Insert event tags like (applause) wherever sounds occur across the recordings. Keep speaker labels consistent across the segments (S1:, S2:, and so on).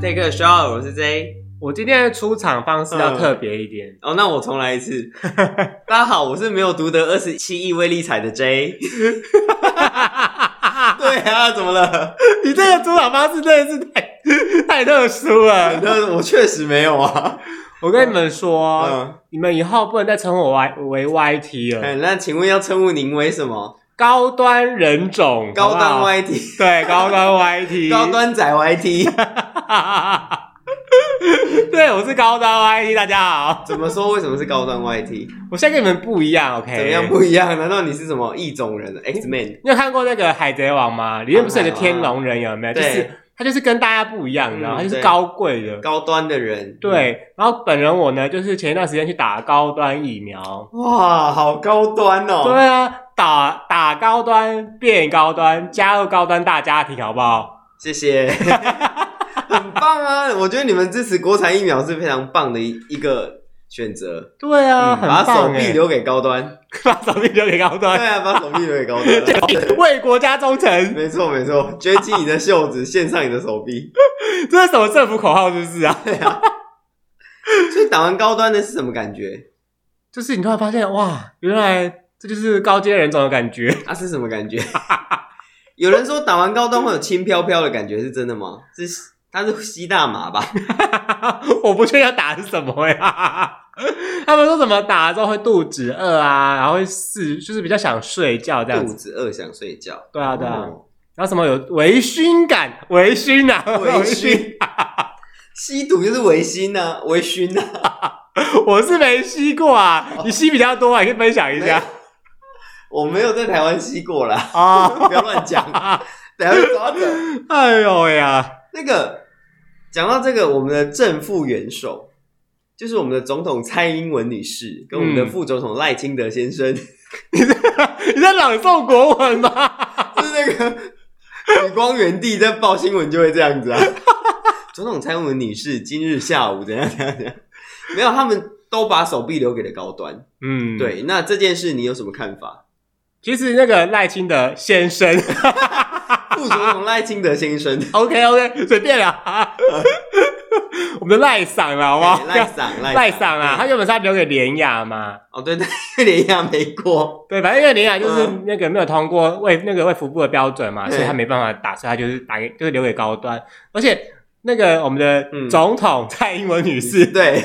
S1: Take a shot，我是 J。嗯
S2: 我今天的出场方式要特别一点，
S1: 哦，那我重来一次。
S2: (laughs)
S1: 大家好，我是没有读得二十七亿威力彩的
S2: (laughs)
S1: J。对啊，怎么了？
S2: (laughs) 你这个出场方式真的是太太特殊了。
S1: 那我确实没有啊。
S2: 我跟你们说，
S1: 嗯，
S2: 你们以后不能再称我 Y 为 YT 了，
S1: 哎那请问要称呼您为什么？
S2: 高端人种，
S1: 高
S2: 好啊
S1: 端
S2: 不好 (laughs)
S1: YT，
S2: 对高端 YT，
S1: (laughs) 高，端仔 YT，
S2: (laughs) 对我是高端 YT，大家好，
S1: 怎么说？为什么是高端 YT？
S2: 我现在跟你们不一样，OK？
S1: 怎么样不一样？难道你是什么异种人？X Man？
S2: 你有看过那个《海贼王》吗？里面不是有个天龙人有没有？就
S1: 对
S2: 是他就是跟大家不一样，
S1: 嗯
S2: 然后他就是
S1: 对
S2: 高贵的。
S1: 高端的人？，
S2: 对，然后本人我呢，就是前一段时间去打高端疫苗。
S1: 哇，好高端哦。
S2: 对啊，打打高端变高端，加入高端大家庭，好不好？
S1: 谢
S2: (laughs)
S1: 谢，很棒啊！我觉得你们支持国产疫苗是非常棒的一一个选择。
S2: 对啊，
S1: 嗯
S2: 很
S1: 把手
S2: 棒
S1: 臂
S2: 哎，
S1: 留给高端，
S2: (laughs) 把手臂留给高
S1: 对
S2: 端，哎
S1: 啊，把手臂留给高端。
S2: (laughs) 为国家忠诚，
S1: 没错没错，撅起你的袖子，献上你的手臂。
S2: 这是什么政府口号？是不是啊？
S1: 所以打完高端的是什么感觉？
S2: 就是你突然发现，哇，原来这就是高阶人种的感觉。 (laughs)
S1: 啊，是什么感觉？有人说打完高端会有轻飘飘的感觉，是真的吗？是它是吸大麻吧？
S2: 我不确定要打的是什么呀。 (laughs) 他们说什么打了之后会肚子饿啊，然后会是就是比较想睡觉这样
S1: 肚
S2: 子。
S1: 子饿想睡觉。
S2: 对啊对啊，
S1: 哦
S2: 然后什么有微醺感，微醺啊，
S1: 微醺，吸毒就是微醺啊，微醺啊。
S2: (laughs) 我是没吸过啊，你吸比较多啊，你可以分享一下
S1: 我没有在台湾吸过啦。
S2: 啊。
S1: (laughs) 不要乱讲，等下被抓走。
S2: (laughs) 哎呦呀，
S1: 那个讲到这个，我们的正副元首就是我们的总统蔡英文女士跟我
S2: 嗯
S1: 们的副总统赖清德先生， (laughs) 就是
S2: 你在朗诵国文吗？
S1: 那个雨光原地在报新闻就会这样子啊。 (laughs) 总统蔡英文女士今日下午怎样怎样怎样，没有，他们都把手臂留给了高端。
S2: 嗯，。
S1: 对，那这件事你有什么看法？
S2: 其实那个赖清德先生 (laughs)
S1: 副总统赖清德先生，
S2: ，OK OK，随便啦。 (laughs) 我们的赖嗓啊了，好不好？
S1: (laughs) 哎赖嗓
S2: (laughs) 赖嗓啊，他
S1: 嗯
S2: 原本是要留给莲雅嘛，
S1: 哦对对，连亚没过。
S2: 对，反正因为莲雅就是
S1: 嗯
S2: 那个没有通过卫那个卫福部的标准嘛，
S1: 对
S2: 所以他没办法打，所以他就是打给就是留给高端，而且那个我们的
S1: 嗯
S2: 总统蔡英文女士、
S1: 对，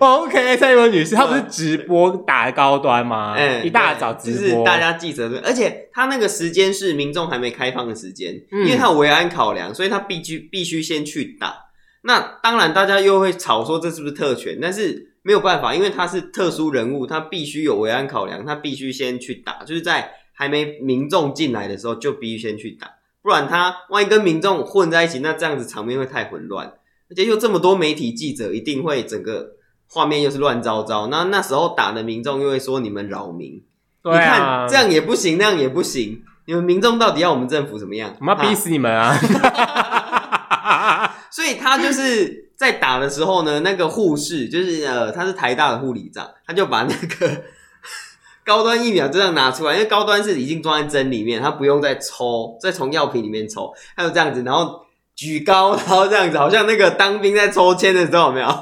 S2: ，OK，蔡英文女士她不是
S1: 嗯
S2: 直播打高端吗？
S1: 嗯，
S2: 一大早
S1: 对
S2: 直
S1: 就
S2: 播，
S1: 是大家记者，而且他那个时间是民众还没开放的时间，
S2: 嗯
S1: 因为他有维安考量，所以他必须必须先去打。那当然，大家又会吵说这是不是特权，但是没有办法，因为他是特殊人物，他必须有维安考量，他必须先去打，就是在还没民众进来的时候就必须先去打，不然他万一跟民众混在一起，那这样子场面会太混乱，而且又这么多媒体记者，一定会整个画面又是乱糟糟，那那时候打的民众又会说你们扰民，
S2: 对啊，
S1: 你看这样也不行，那样也不行，你们民众到底要我们政府怎么样？
S2: 我们要逼
S1: 啊
S2: 死你们啊！
S1: 所以他就是在打的时候呢，那个护士就是呃，他是台大的护理长，他就把那个 (laughs) 高端疫苗这样拿出来，因为高端是已经装在针里面，他不用再抽，再从药品里面抽，他就这样子，然后举高，然后这样子，好像那个当兵在抽签的时候，有没
S2: (laughs)
S1: 有？
S2: (laughs)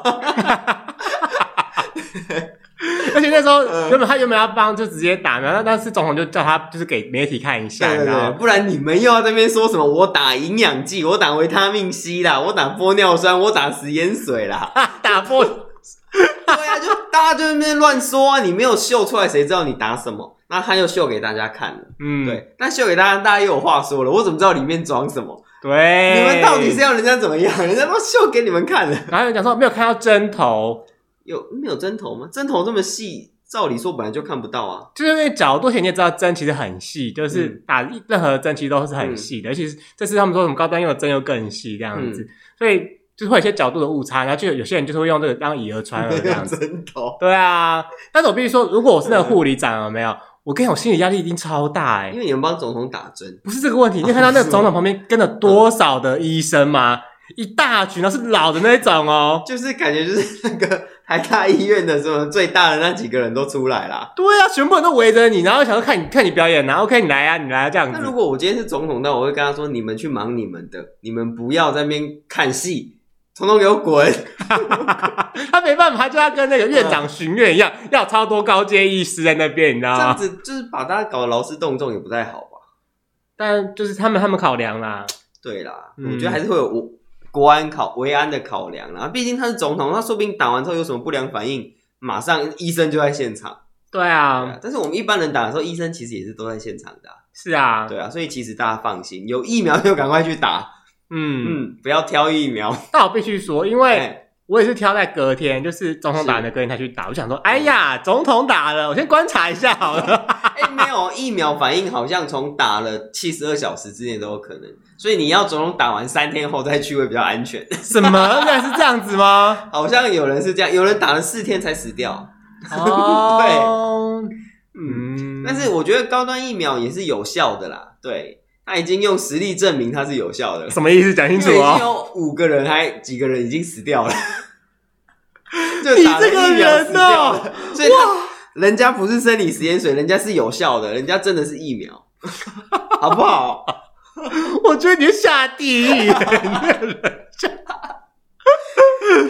S2: 而且那时候
S1: 嗯
S2: 原本他原本要帮就直接打，然后但是总统就叫他就是给媒体看一下，
S1: 对对
S2: 然
S1: 对，
S2: 后
S1: (laughs) 不然你们又要在那边说什么我打营养剂，我打维他命 C 啦，我打玻尿酸，我打食盐水啦。
S2: 打破
S1: 对啊，就大家就在那边乱说啊，你没有秀出来，谁知道你打什么？那他又秀给大家看了，
S2: 嗯
S1: 对，那秀给大家，大家又有话说了，我怎么知道里面装什么？
S2: 对，
S1: 你们到底是要人家怎么样？人家都秀给你们看了，
S2: 然后有讲说没有看到针头，
S1: 有没有针头吗？针头这么细，照理说本来就看不到啊。
S2: 就是因为角度前你也知道针其实很细，就是
S1: 嗯
S2: 打任何针其实都是很细的，而且是这次他们说什么高端用的针又更细这样
S1: 嗯
S2: 子，所以就是会有一些角度的误差，然后就有有些人就是会用这个当以讹传讹这
S1: 没有
S2: 样
S1: (laughs)
S2: 子。
S1: 针头，
S2: 对啊，但是我必须说，如果我是那个护理长，有没有？我跟你讲我心理压力一定超大哎、
S1: 嗯因为你们帮总统打针，
S2: 不是这个问题，你有看到那个总统旁边跟了多少的医生吗？一大群，然后是老的那一种哦。
S1: 就是感觉就是那个台大医院的什么最大的那几个人都出来啦。
S2: 对啊，全部人都围着你，然后想要看你看你表演，然后 OK 你来啊，你来啊这样
S1: 那
S2: 子。
S1: 如果我今天是总统，那我会跟他说：“你们去忙你们的，你们不要在那边看戏，统统给我滚！
S2: (laughs) 他没办法，他就要跟那个院长巡院一样，要超多高阶医师在那边，你知道
S1: 这样
S2: 吗？
S1: 子就是把大家搞得劳师动众也不太好吧？
S2: 但就是他们他们考量啦，
S1: 对啦，
S2: 嗯
S1: 我觉得还是会有我国安考维安的考量啦。毕竟他是总统，他说不定打完之后有什么不良反应，马上医生就在现场。
S2: 对
S1: 对
S2: 啊
S1: 啊，但是我们一般人打的时候，医生其实也是都在现场的啊、
S2: 是啊，
S1: 对啊，所以其实大家放心，有疫苗就赶快去打，
S2: 嗯，
S1: 嗯，不要挑疫苗。
S2: 但我必须说，因为
S1: 哎
S2: 我也是挑在隔天，就是总统打完的隔天才去打，我想说，哎呀，总统打了，我先观察一下好了。
S1: 哎，没有疫苗反应，好像从打了七十二小时之内都有可能，所以你要总统打完三天后再去会比较安全。
S2: 什么？原来是这样
S1: (laughs)
S2: 子吗？
S1: 好像有人是这样，有人打了四天才死掉。
S2: 哦，
S1: 嗯，
S2: 嗯，
S1: 但是我觉得高端疫苗也是有效的啦，对，他已经用实力证明它是有效的了。
S2: 什么意思？讲清楚
S1: 因为已经
S2: 哦。
S1: 有五个人还几个人已经死掉了，
S2: 你
S1: 就打了
S2: 这个
S1: 疫苗死
S2: 人
S1: 掉
S2: 哦
S1: 了，所以他人家不是生理食盐水，人家是有效的，人家真的是疫苗，好不好？
S2: 我觉得你会下地狱。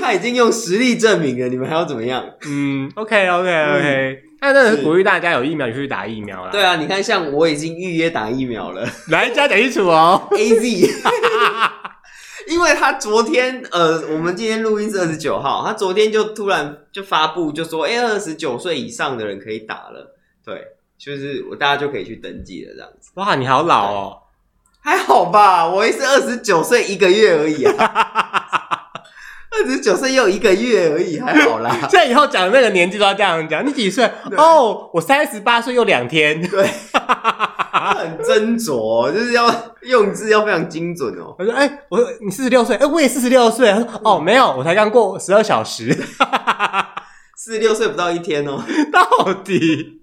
S1: 他已经用实力证明了，你们还要怎么
S2: (laughs)
S1: 样？
S2: 嗯，OK OK OK，那
S1: 嗯
S2: 真的是鼓励大家有疫苗就去打疫苗啦。
S1: 对，啊，你看，像我已经预约打疫苗了
S2: 来家讲清楚哦。
S1: ，A Z，因为他昨天呃，我们今天录音是二十九号，他昨天就突然就发布，就说，哎、二十九岁以上的人可以打了，对，就是我大家就可以去登记了，这样子
S2: 哇，你好老哦。
S1: 还好吧？我也是二十九岁一个月而已啊， (laughs) 二十九岁又一个月而已，还好啦。
S2: 所以以后讲那个年纪都要这样讲。你几岁？哦，我三十八岁又两天。
S1: 对，很斟酌，就是要用字要非常精准哦。
S2: 我说，哎、我你四十六岁，哎、我也四十六岁。他说，哦，没有，我才刚过十二小时。
S1: 四十六岁不到一天哦。
S2: (laughs) 到底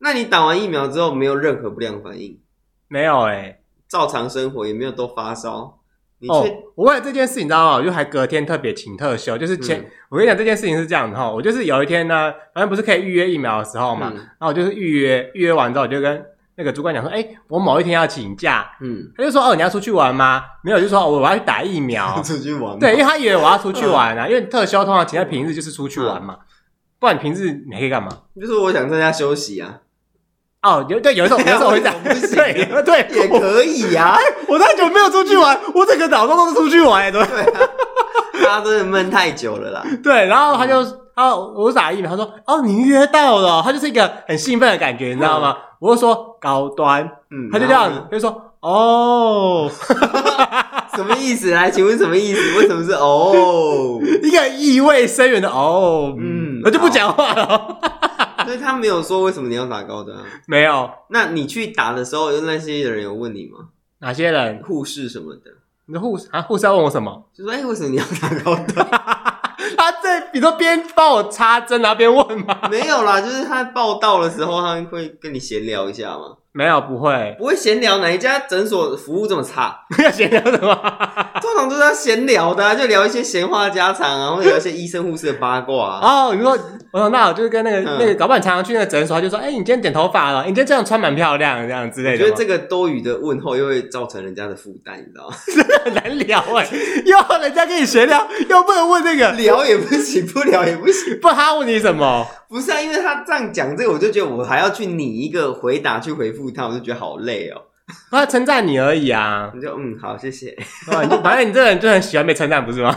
S1: 那你打完疫苗之后没有任何不良反应，
S2: (laughs) 没有哎、
S1: 照常生活也没有都发烧，你
S2: 哦
S1: 却、，嗯
S2: 我为了这件事，你知道吗？我就还隔天特别请特休，就是前、
S1: 嗯
S2: 我跟你讲这件事情是这样的哈，我就是有一天呢，反正不是可以预约疫苗的时候嘛，
S1: 嗯
S2: 然后我就是预约，预约完之后我就跟那个主管讲说，哎、我某一天要请假，
S1: 嗯，，
S2: 他就说哦你要出去玩吗？没有，就说、哦、我要去打疫苗
S1: 出去玩吧
S2: 对，因为他以为我要出去玩啊，因为特休通常请在平日就是出去玩嘛，不然平日你还可以干嘛？
S1: 就是我想在家休息啊，
S2: 哦，有对，有一种有一种会这 (laughs) 样
S1: 我不，行
S2: 对
S1: 也
S2: 对，我
S1: 可以
S2: (laughs)
S1: 呀、啊。
S2: 我太久没有出去玩，我整个脑中都是出去玩，欸对吧
S1: 啊大家真的闷太久了啦，
S2: 对，然后他就他我打疫苗，他说哦你约到了，他就是一个很兴奋的感觉，你知道吗？我就说高端，
S1: 嗯，
S2: 他就这
S1: 然后
S2: 样，
S1: 呢
S2: 他就说哦，
S1: 什么意思？来，请问什么意思？为什么是
S2: (laughs)
S1: 哦？
S2: 一个意味深远的哦，嗯
S1: 嗯，
S2: 我就不讲话了，
S1: 所以他没有说为什么你要打高端、啊。
S2: 没有。
S1: 那你去打的时候，那些人有问你吗？
S2: 哪些人？
S1: 护士什么的，
S2: 你的护士啊，护士要问我什么？
S1: 就说哎、为什么你要打高端？
S2: 他这你说边帮我插针，然后边问
S1: (laughs)
S2: 吗？
S1: 没有啦，就是他报道的时候，他会跟你闲聊一下嘛。
S2: 没有，不会。
S1: 不会闲聊，哪一家诊所服务这么差？
S2: 要闲聊什 (laughs) 么？
S1: 通常都是要闲聊的啊、就聊一些闲话家常啊，或者聊一些医生护士的八卦啊。
S2: 哦，你说，我说那我就是跟那个、
S1: 嗯
S2: 那个，搞不好你常常去那个诊所，他就说，哎、你今天剪头发了，你今天这样穿蛮漂亮，这样之
S1: 我
S2: 类的
S1: 觉
S2: 吗。
S1: 得这个多余的问候又会造成人家的负担，你知道吗？ (laughs)
S2: 很 (laughs) 难聊哎、又要人家跟你闲聊，又不能问这个，
S1: 聊也不行，不聊也不行。
S2: 不然他问你什么？
S1: 不是啊，因为他这样讲这个，我就觉得我还要去拟一个回答去回复他，我就觉得好累哦。
S2: 他称赞你而
S1: (laughs)
S2: 已啊。
S1: 你就嗯，好，谢谢。
S2: 哇你就反正你这个人就很喜欢被称赞，不
S1: (laughs)
S2: 是吗？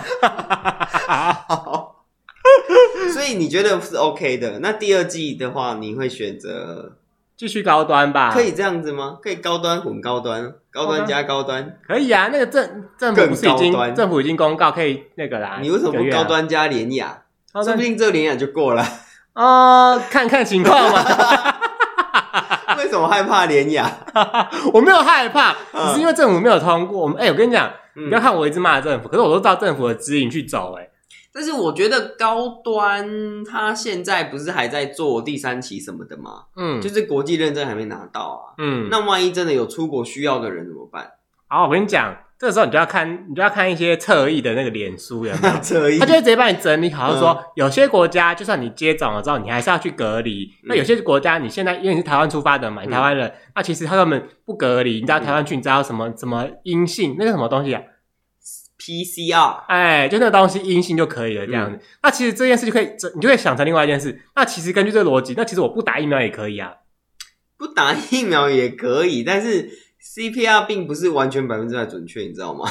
S1: 所以你觉得是 OK 的？那第二季的话，你会选择
S2: 继续高端吧，
S1: 可以这样子吗？可以高端混高端，啊高端加高端。
S2: 可以啊，那个政政府不是已
S1: 更高
S2: 经
S1: 端
S2: 政府已经公告可以那个啦。
S1: 你为什么
S2: 一个
S1: 不
S2: 月啊
S1: 高？端加廉雅？
S2: 高
S1: 说
S2: 端
S1: 不定这廉雅就过了。 (laughs)
S2: 哦，看看情况嘛。
S1: 为什么害怕廉雅？
S2: (laughs) 我没有害怕，
S1: 嗯
S2: 只是因为政府没有通过。我们哎、我跟你讲，
S1: 嗯
S2: 不要看我一直骂政府，可是我都照政府的指引去走、哎，
S1: 但是我觉得高端它现在不是还在做第三期什么的吗？
S2: 嗯，
S1: 就是国际认证还没拿到啊。
S2: 嗯，
S1: 那万一真的有出国需要的人怎么 (laughs) 办？。
S2: 好，我跟你讲，这个时候你就要看，你就要看一些侧翼的那个脸书有没有
S1: (laughs) 车衣
S2: 他就会直接帮你整理好，
S1: 嗯
S2: 就说、有些国家就算你接种了之后，你还是要去隔离。
S1: 嗯
S2: 那有些国家你现在因为你是台湾出发的嘛，你台湾人，那
S1: 嗯
S2: 其实他根本不隔离。你知道台湾去，你知道什么什么阴性那个什么东西啊？
S1: PCR，
S2: 哎，就那个东西阴性就可以了这样
S1: 嗯
S2: 子。那其实这件事就可以，这你就可以想成另外一件事。那其实根据这个逻辑，那其实我不打疫苗也可以啊。
S1: 不打疫苗也可以，但是 CPR 并不是完全百分之百准确，你知道吗？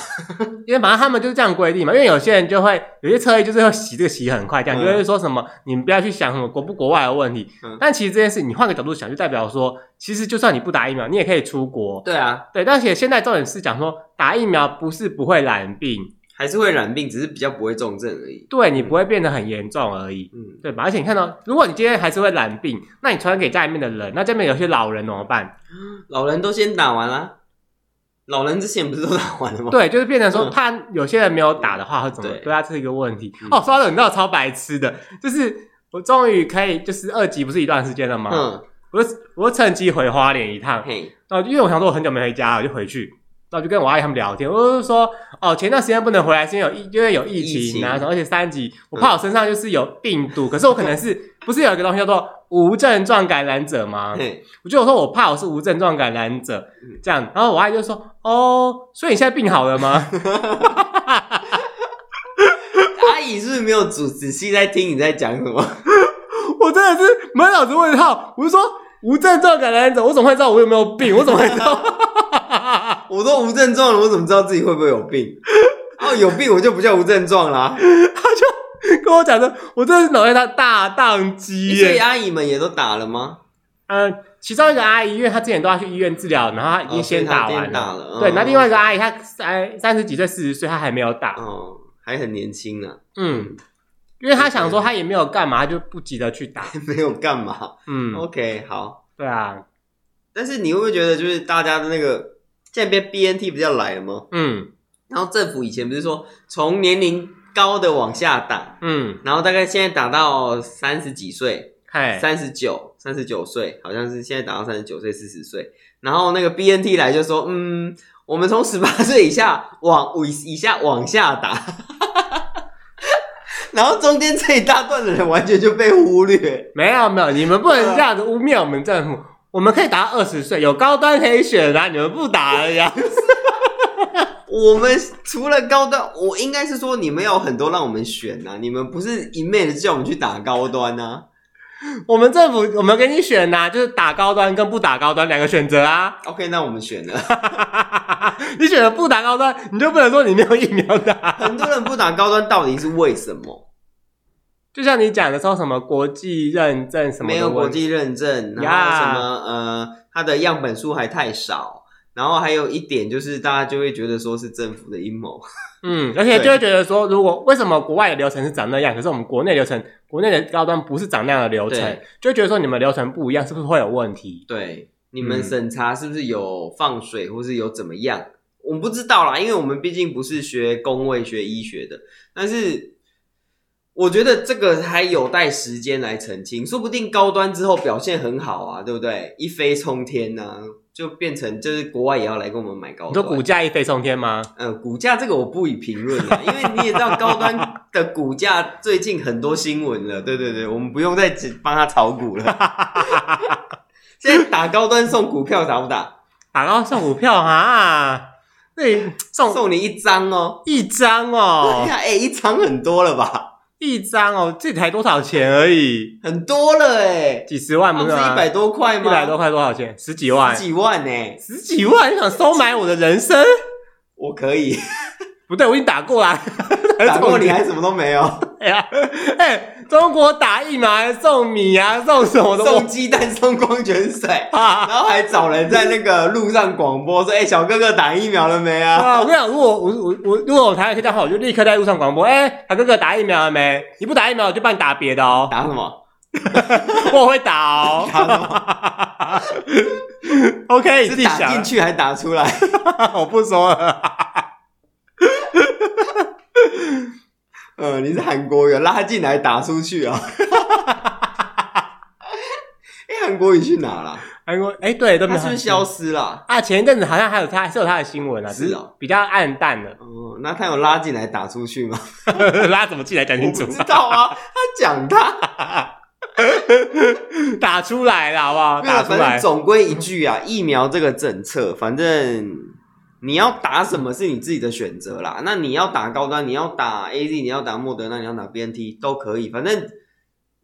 S2: 因为反正他们就是这样规定嘛。因为有些人就会有些侧翼就是要洗这个洗很快，这
S1: 嗯
S2: 样、就会说什么你们不要去想什么国不国外的问题。
S1: 嗯
S2: 但其实这件事你换个角度想，就代表说，其实就算你不打疫苗，你也可以出国。
S1: 对啊，
S2: 对，但且现在重点是讲说，打疫苗不是不会染病，
S1: 还是会染病，只是比较不会重症而已。
S2: 对你不会变得很严重而已，
S1: 嗯，
S2: 对吧？而且你看到，如果你今天还是会染病，那你传染给家里面的人，那家里面有些老人怎么办？
S1: 老人都先打完啦，老人之前不是都打完了吗？
S2: 对，就是变成说，
S1: 嗯
S2: 怕有些人没有打的话会怎么？
S1: 对
S2: 对啊，这是一个问题。
S1: 嗯
S2: 哦，说到这个，你知道超白痴的，就是我终于可以，就是二级不是一段时间了吗？
S1: 嗯，
S2: 我就我就趁机回花莲一趟，
S1: 嘿，
S2: 然后因为我想说我很久没回家了，我就回去，然后就跟我阿姨他们聊天，我就说哦，前段时间不能回来是因为有疫，因为有疫情啊，
S1: 疫情嗯
S2: 然后而且三级，我怕我身上就是有病毒，可是我可能是不是有一个东西叫做无症状感染者吗？
S1: 嘿，
S2: 我就说我怕我是无症状感染者
S1: 嗯
S2: 这样，然后我阿姨就说哦，所以你现在病好了吗？
S1: 阿姨是不是没有仔仔细在听你在讲什么？
S2: 我真的是满脑子问号，我就说无症状感染者，我怎么会知道我有没有病？我怎么会知道？ (laughs)
S1: 我都无症状了，我怎么知道自己会不会有病？哦，有病我就不叫无症状
S2: (laughs)
S1: 啦。
S2: 跟我讲的，我真的是脑袋大大宕机耶！
S1: 所以阿姨们也都打了吗？
S2: 嗯，其中一个阿姨，因为她之前都要去医院治疗，然后她已经先打
S1: 哦所以她
S2: 完
S1: 先
S2: 了。
S1: 打了，
S2: 对，那另外一
S1: 个，
S2: 个阿姨，她三三十几岁、四十岁，她还没有打。
S1: 哦，还很年轻啊呢，
S2: 嗯，因为她想说她也没有干嘛，她就不急着去
S1: (laughs)
S2: 打。
S1: (laughs) 没有干嘛。
S2: 嗯，
S1: OK，好，
S2: 对啊，
S1: 但是你会不会觉得就是大家的那个现在变 BNT 比较来了吗？
S2: 嗯
S1: 然后政府以前不是说从年龄高的往下打，
S2: 嗯，
S1: 然后大概现在打到三十几岁，
S2: 嗨，
S1: 三十九、三十九岁，好像是现在打到三十九岁、四十岁。然后那个 BNT 来就说，嗯，我们从十八岁以下往以以下往下打， (laughs) 然后中间这一大段的人完全就被忽略。
S2: 没有没有，你们不能这样子污蔑我们政府。我们可以打到二十岁，有高端可以选啊，你们不打了呀？
S1: 我们除了高端，我应该是说你们要有很多让我们选呐、你们不是一昧的叫我们去打高端啊呐、
S2: 我们政府，我们给你选呐、就是打高端跟不打高端两个选择啊。 (laughs)
S1: OK，那我们选了。
S2: 你选择不打高端，你就不能说你没有疫苗啊打。
S1: 很多人不打高端到底是为什么？
S2: 就像你讲的说什么国际认证什么
S1: 没
S2: 的
S1: 有国
S2: 问题，
S1: 际认证，然后
S2: 呀
S1: 什么呃，它的样本数还太少，然后还有一点就是大家就会觉得说是政府的阴谋，
S2: 嗯，而且就会觉得说，如果为什么国外的流程是长那样，可是我们国内流程，国内的高端不是长那样的流程
S1: 对，
S2: 就会觉得说你们流程不一样，是不是会有问题？
S1: 对，你
S2: 嗯
S1: 们审查是不是有放水，或是有怎么样？我们不知道啦，因为我们毕竟不是学工位、学医学的，但是。我觉得这个还有待时间来澄清，说不定高端之后表现很好啊，对不对？一飞冲天呐、就变成就是国外也要来跟我们买高
S2: 你
S1: 端。
S2: 说股价一飞冲天吗？
S1: 呃，股价这个我不予评论了，因为你也知道高端的股价最近很多新闻了，对对对，我们不用再只帮他炒股了。现在打高端送股票打不打？
S2: 打到送股票啊，那你送
S1: 送你一张哦。
S2: 一张
S1: 对
S2: 哦，
S1: 呀，哎，一张很多了吧？
S2: 一张哦，这才多少钱而已，
S1: 很多了哎，
S2: 几十万
S1: 那
S2: 不
S1: 不
S2: 是
S1: 是
S2: 吗？
S1: 一百多块吗？
S2: 一百多块多少钱？十几万
S1: 十，几万呢？
S2: 十几万，你想收买我的人生？
S1: 我可以，
S2: 不对，我已经打过啦，
S1: (laughs) 打过你还啊什么都没有，
S2: (laughs) 哎呀，哎，中国打疫苗还送米啊，送什么的？
S1: 送鸡蛋送矿泉水，
S2: 啊
S1: 然后还找人在那个路上广播说：“哎，小哥哥打疫苗了没啊？”
S2: 啊！我跟你讲，如果我我我如果我台湾可以这样的话，我就立刻在路上广播：哎、小哥哥打疫苗了没？你不打疫苗，我就帮你打别
S1: (laughs)
S2: 的哦。
S1: 打什么？
S2: 我会打哦。
S1: 打什么？
S2: (laughs) OK，你自
S1: 是
S2: 己
S1: 打
S2: 想
S1: 进，去还打出来？
S2: (laughs) 我不说了。
S1: (laughs) 呃，你是韩国语，拉进来打出去啊？ (laughs) 哎，韩国语去哪了？
S2: 韩国哎，对，都
S1: 他
S2: 没有
S1: 是不是消失了？
S2: 啊？前一阵子好像还有他，还是有他的新闻啊，只
S1: 是
S2: 是
S1: 哦
S2: 比较暗淡了。
S1: 哦，那他有拉进来打出
S2: (laughs)
S1: 去吗？
S2: 拉怎么进来讲
S1: 我
S2: 清
S1: 不
S2: 楚？
S1: 知道啊，他讲他，
S2: 打出来了好不好？
S1: 没有
S2: 打出
S1: 反正 (laughs)
S2: 来。
S1: 总归一句啊，疫苗这个政策，反正你要打什么是你自己的选择啦。那你要打高端，你要打 A Z，你要打莫德纳，你要打 B N T 都可以，反正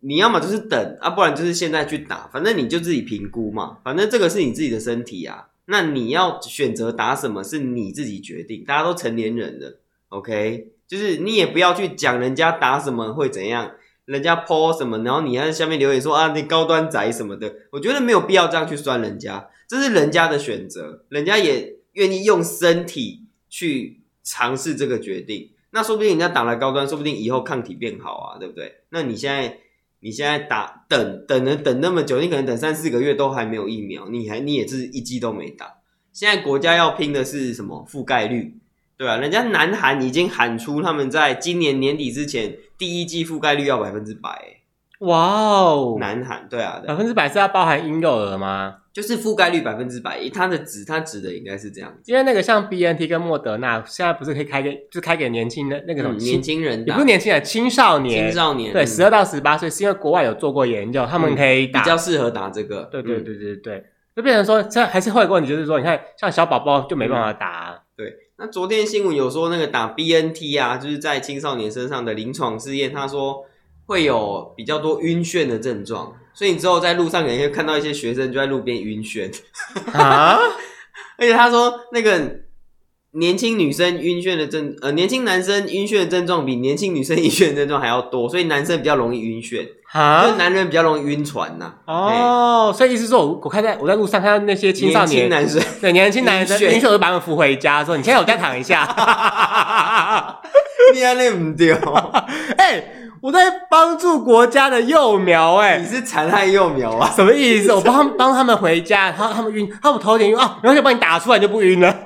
S1: 你要么就是等啊，不然就是现在去打，反正你就自己评估嘛。反正这个是你自己的身体啊，那你要选择打什么是你自己决定，大家都成年人了，OK，就是你也不要去讲人家打什么会怎样。人家 po 什么，然后你还在下面留言说啊，你高端仔什么的，我觉得没有必要这样去酸人家，这是人家的选择，人家也愿意用身体去尝试这个决定。那说不定人家打了高端，说不定以后抗体变好啊，对不对？那你现在你现在打等等了等那么久，你可能等三四个月都还没有疫苗，你还你也是一剂都没打。现在国家要拼的是什么覆盖率？对啊，人家南韩已经喊出他们在今年年底之前第一季覆盖率要百分之百。
S2: 哇哦，
S1: 南韩对啊，对
S2: 百
S1: 啊
S2: 分之百是要包含婴幼儿吗？
S1: 就是覆盖率百分之百，它的指它指的应该是这样子。
S2: 因为那个像 B N T 跟莫德纳，现在不是可以开给，就是开给年轻的那个什么
S1: 嗯
S2: 青
S1: 年，轻人
S2: 也
S1: 打
S2: 不是年轻人，青少年，
S1: 青少年
S2: 对，
S1: 嗯
S2: 十二到十八岁，是因为国外有做过研究，他们可以
S1: 比
S2: 打，
S1: 较适合打这个。
S2: 对对
S1: 嗯
S2: 对对对，就变成说，这还是会有个问题，就是说，你看像小宝宝就没办法打
S1: (laughs)
S2: 啊，
S1: 对。嗯那昨天新闻有说那个打 BNT 啊，就是在青少年身上的临床试验，他说会有比较多晕眩的症状，所以你之后在路上可能会看到一些学生就在路边晕眩。
S2: 啊，
S1: 而且他说那个年轻女生晕眩的症，呃，年轻男生晕眩的症状比年轻女生晕眩的症状还要多，所以男生比较容易晕眩，就是
S2: 啊，
S1: 男人比较容易晕船呐、
S2: 哦，所以意思是说我我看在我在路上看到那些青少
S1: 年轻
S2: 年，
S1: 男生， (laughs)
S2: 对年轻男生，
S1: 晕眩
S2: 晕眩我就把他们扶回家，说你现在有再躺一下，
S1: 你安那唔对
S2: (laughs)
S1: 哦，
S2: 哎、 (laughs) 我在帮助国家的幼苗、
S1: 你
S2: 哎。
S1: 是残害幼苗啊！
S2: 什么意思？我帮他们帮他们回家，然后他们晕，他们头有点晕啊，然后就帮你打出来就不晕了。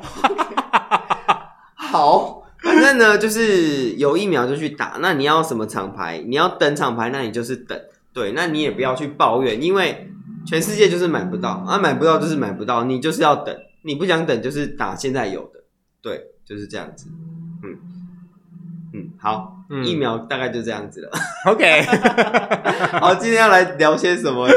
S1: 好，反正呢，就是有疫苗就去打。那你要什么厂牌？你要等厂牌，那你就是等。对，那你也不要去抱怨，因为全世界就是买不到啊，买不到就是买不到，你就是要等，你不想等就是打现在有的。对，就是这样子。嗯嗯，好，
S2: 嗯
S1: 疫苗大概就这样子了。
S2: OK， (laughs)
S1: 好，哦今天要来聊些什么呢？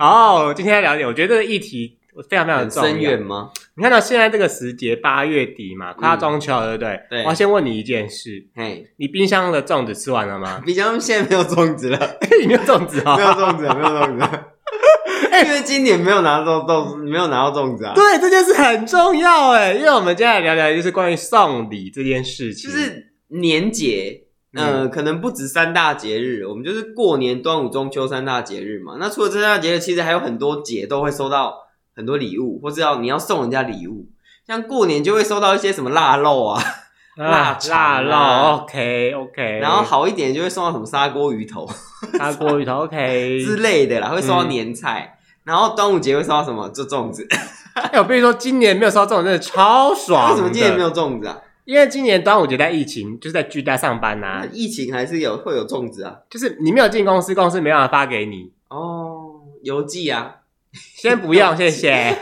S2: 哦，今天要聊点，我觉得这个议题非常非常
S1: 很
S2: 重要
S1: 深远。吗？
S2: 你看到现在这个时节，八月底嘛，快要中秋了，对不嗯对？
S1: 对
S2: 我要先问你一件事，
S1: 嘿，？
S2: 你冰箱的粽子吃完了吗
S1: 比较现在没有粽子了，
S2: 你 (laughs) 没有粽子
S1: 没有
S2: 哦。
S1: 粽子了，没有粽子了。哎因为今年没有拿到粽，没有拿到粽子啊。
S2: (laughs) 对，这件事很重要哎，因为我们接下来聊聊就是关于送礼这件事情。
S1: 就是年节，呃，可能不止三大节日，我们就是过年、端午、中秋三大节日嘛。那除了这三大节日，其实还有很多节都会收到很多礼物，或者要你要送人家礼物。像过年就会收到一些什么腊肉啊，
S2: 啊
S1: 腊
S2: 腊
S1: 肠
S2: 肉
S1: 啊
S2: ，OK OK，
S1: 然后好一点就会送到什么砂锅鱼头
S2: 砂锅鱼头，OK。
S1: 之类的啦，会收到
S2: 嗯
S1: 年菜。然后端午节会收到什么？就粽子。
S2: 哎，我必须说，今年没有收到粽子真的超爽。
S1: 为什么今年没？有粽子啊？
S2: 因为今年端午节在疫情，就是在居家上班呐、
S1: 那疫情还是有会有粽子啊？
S2: 就是你没有进公司，公司没办法发给你。
S1: 哦，邮寄啊。
S2: 先
S1: (laughs)
S2: 不用，谢谢。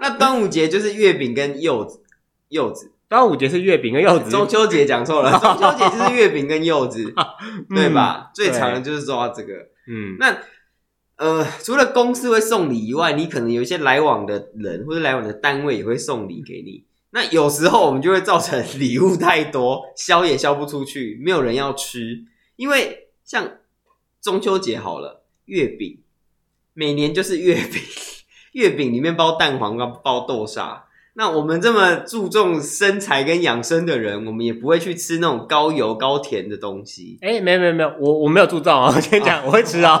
S1: 那端午节就是月饼跟柚子，柚子。
S2: 端午节是月饼跟柚子，
S1: 中秋节讲错了， (laughs) 中秋节就是月饼跟柚 (laughs) 子，
S2: 嗯
S1: 对？吧？最
S2: 对
S1: 常的就是收到这个。
S2: 嗯，
S1: 那呃，除了公司会送礼以外，你可能有一些来往的人或者来往的单位也会送礼给你。那有时候我们就会造成 (laughs) 礼物太多，销也销不出去，没有人要吃。因为像中秋节好了，月饼每年就是月饼， (laughs) 月饼里面包蛋黄跟包豆沙。那我们这么注重身材跟养生的人，我们也不会去吃那种高油高甜的东西。
S2: 哎、没有没有没有，我我没有注重哦，
S1: (laughs)
S2: 我先讲，我会吃哦。 (laughs)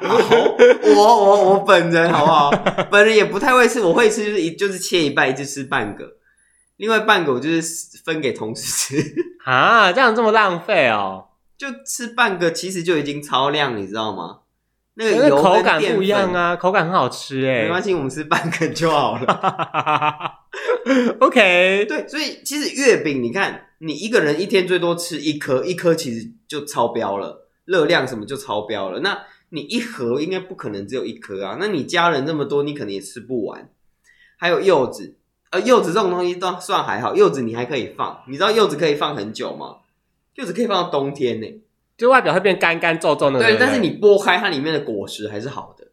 S1: 我我我本人好不好？ (laughs) 本人也不太会吃，我会吃就是一就是切一半，一次吃半个，另外半个我就是分给同事吃，
S2: 啊，这样这么浪费哦，
S1: 就吃半个，其实就已经超量，你知道吗？那
S2: 因
S1: 个
S2: 为
S1: 油
S2: 口
S1: 跟
S2: 感不一样
S1: 淀
S2: 啊，口感很好吃
S1: 粉，没
S2: 哎、
S1: 关系，我们吃半个就好了。
S2: OK，
S1: 对，所以其实月饼，你看你一个人一天最多吃一颗，一颗其实就超标了，热量什么就超标了。那你一盒应该不可能只有一颗啊，那你家人那么多，你可能也吃不完。还有柚子，呃，柚子这种东西倒算还好，柚子你还可以放，你知道柚子可以放很久吗？柚子可以放到冬天呢、
S2: 就外表会变干干皱皱的。
S1: 对，
S2: 不
S1: 但是你剥开它里面的果实还是好的，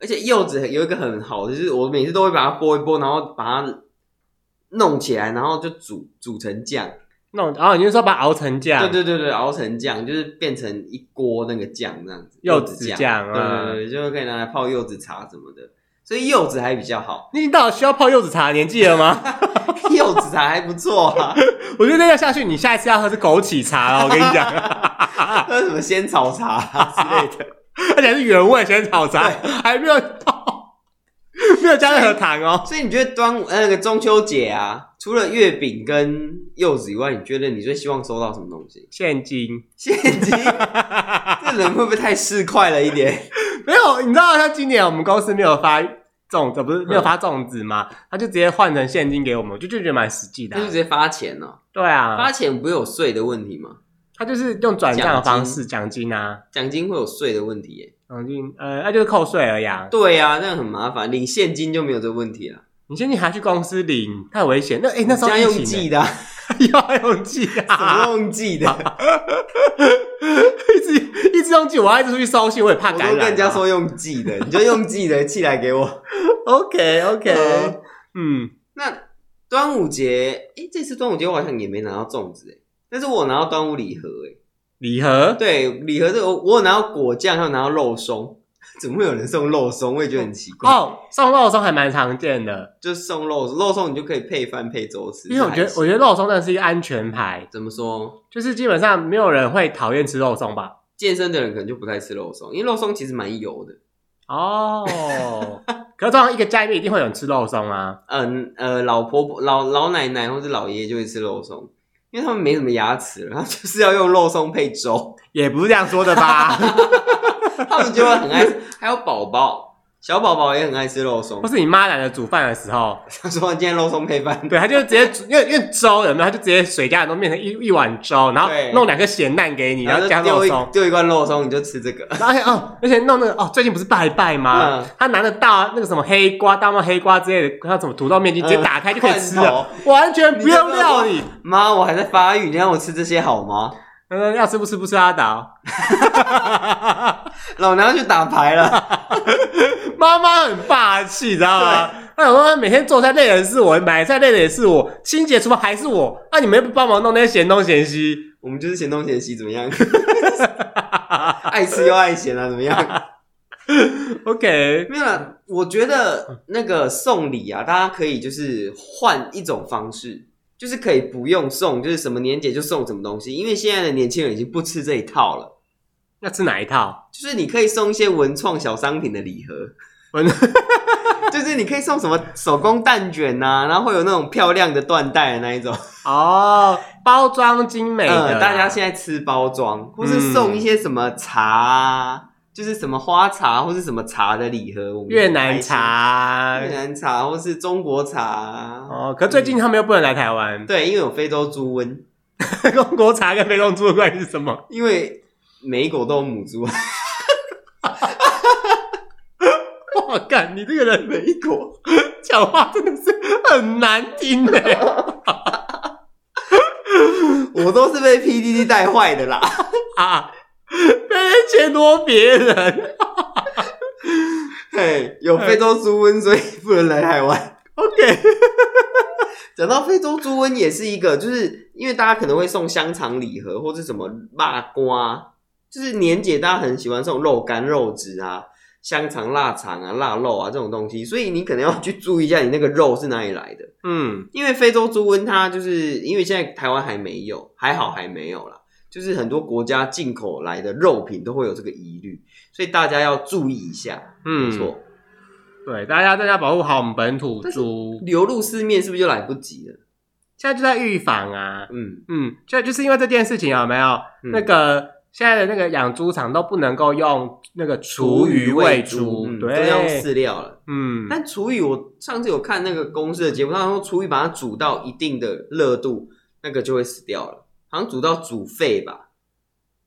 S1: 而且柚子有一个很好的，就是我每次都会把它剥一剥，然后把它弄起来，然后就煮煮成酱。
S2: 弄哦，你是说把它熬成酱？
S1: 对对对对，熬成酱就是变成一锅那个酱这样子，
S2: 柚
S1: 子
S2: 子
S1: 酱，
S2: 酱啊
S1: 对对对，就可以拿来泡柚子茶什么的，所以柚子还比较好，
S2: 你已经到了需要泡柚子茶的年纪了
S1: (laughs)
S2: 吗？
S1: 柚子茶还不错
S2: (laughs)
S1: 啊。
S2: 我觉得要下去，你下一次要喝是枸杞茶了。我跟你讲，
S1: (laughs) 喝什么仙草茶、啊、之类的， (laughs)
S2: 而且还是原味仙草茶，还没有泡，没有加任何糖哦。
S1: 所以你觉得端午呃那个中秋节啊，除了月饼跟柚子以外，你觉得你最希望收到什么东西？ (laughs)
S2: 现金
S1: 现
S2: (laughs)
S1: 金？这人会不会太市侩了一点？
S2: 没有，你知道像今年我们公司没有发粽子，不是没有发粽子吗？他就直接换成现金给我们，我就就觉得蛮实际
S1: (laughs)
S2: 的
S1: 那
S2: 啊、
S1: 就直接发钱哦，
S2: 对啊，
S1: 发钱不会有税的问题吗？
S2: 他就是用转账的方式奖金啊，
S1: 奖金会有税的问题耶。
S2: 奖金呃，那就是扣税而已啊。
S1: 对呀、啊，这样很麻烦，领现金就没有这个问题了。
S2: 你现在还去公司领，太危险。那哎、那时候
S1: 家
S2: 疫
S1: 用
S2: 情
S1: 寄
S2: (laughs) 呢，
S1: 的啊、
S2: 要用记 (laughs)
S1: 怎么
S2: 啊，
S1: 用寄的？
S2: (laughs) 一直一直用记，我要一直出去收信，我也怕
S1: 我
S2: 感
S1: 都
S2: 染、啊
S1: 跟人家说用寄的，你就用寄的寄来给
S2: (laughs)
S1: 我。
S2: OK OK，
S1: 哦
S2: 嗯，
S1: 那端午节，哎、这次端午节我好像也没拿到粽子哎、诶但是我有拿到端午礼盒哎、诶
S2: 礼盒
S1: 对，礼盒这个我我有拿到果酱，还有拿到肉松， (laughs) 怎么会有人送肉松？我也觉得很奇怪，
S2: 哦，送肉松还蛮常见的，
S1: 就是送肉松，肉松你就可以配饭配粥吃，
S2: 因为我觉得
S1: 是
S2: 我
S1: 还行
S2: 觉得肉松真的是一个安全牌，
S1: 怎么说，
S2: 就是基本上没有人会讨厌吃肉松吧？
S1: 健身的人可能就不太吃肉松，因为肉松其实蛮油的。
S2: 哦，可是通常一个家里面一定会有人吃肉松啊，
S1: 嗯呃，老婆婆、老老奶奶或者老爷爷就会吃肉松，因为他们没什么牙齿了，然后就是要用肉松配粥。
S2: 也不是这样说
S1: (laughs)
S2: 的吧？
S1: 他们就会很爱吃，还有宝宝，小宝宝也很爱吃肉松
S2: 或。是你妈懒得煮饭的时候，
S1: 他说今天肉松配饭，
S2: 对，她就直接煮，因为因为粥有没有？她就直接水加都变成一一碗粥，然后
S1: 对
S2: 弄两个咸蛋给 (laughs) 你，然后加
S1: 就
S2: 肉
S1: 丢
S2: 松
S1: 一。丢一罐肉松，你就吃这个。
S2: 然后而且哦，而且弄那个哦，最近不是拜拜吗？
S1: 嗯
S2: 他拿着大那个什么黑瓜、大麦黑瓜之类的，还有什么土豆面筋，直接打开就可以吃了，完全 (laughs) 不用料理。
S1: 妈，我还在发育，你让我吃这些好吗？
S2: 嗯，要吃不吃不吃阿达，
S1: 老娘要去打牌
S2: (laughs)
S1: 了。
S2: 妈妈很霸气，知道吗？那我说每天做菜累的是我，买菜累的也是我，清洁厨房还是我，啊那、你们又不帮忙弄那些咸东咸西，
S1: 我们就是嫌东嫌西，怎么样？ (laughs) 爱吃又爱嫌啊，怎么样？
S2: ，OK，
S1: 没有啦，我觉得那个送礼啊，大家可以就是换一种方式，就是可以不用送，就是什么年节就送什么东西，因为现在的年轻人已经不吃这一套了。
S2: 要吃哪一套？
S1: 就是你可以送一些文创小商品的礼盒，
S2: 文
S1: (laughs) 就是你可以送什么手工蛋卷呐、然后会有那种漂亮的缎带的那一种，
S2: 哦，包装精美的啦、
S1: 呃，大家现在吃包装，或是送一些什么茶、啊，就是什么花茶或是什么茶的礼盒，我们
S2: 嗯越南
S1: 很
S2: 茶
S1: 开心、越南茶或是中国茶啊、
S2: 哦，可最近他们又不能来台湾，
S1: 对，因为有非洲猪瘟，
S2: 中国茶跟非洲猪的关系是什么？
S1: 因为每一国都有母猪，啊
S2: 我干，你这个人
S1: 每一国。
S2: 讲话真的是很难听的。
S1: 我都是被 PDD 带坏的啦，
S2: 啊，被人钱多别人。
S1: 嘿，有非洲猪瘟，所以不能来台湾。
S2: OK，
S1: 讲到非洲猪瘟也是一个，就是因为大家可能会送香肠礼盒或是什么腊瓜，就是年节大家很喜欢送肉干、肉质啊、香肠、腊肠啊、腊肉啊这种东西，所以你可能要去注意一下你那个肉是哪里来的。
S2: 嗯，
S1: 因为非洲猪瘟它就是因为现在台湾还没有，还好还没有啦，就是很多国家进口来的肉品都会有这个疑虑，所以大家要注意一下。
S2: 嗯
S1: 没错，
S2: 对，大家大家保护好我们本土猪，
S1: 流入市面是不是就来不及了？
S2: 现在就在预防啊。
S1: 嗯，
S2: 嗯，就就是因为这件事情有没有、
S1: 嗯
S2: 那个现在的那个养猪场都不能够用那个厨余喂猪，
S1: 嗯都要用
S2: 对，
S1: 饲料了。
S2: 嗯，
S1: 但厨余，我上次有看那个公司的节目，他说厨余把它煮到一定的热度，那个就会死掉了，好像煮到煮沸吧。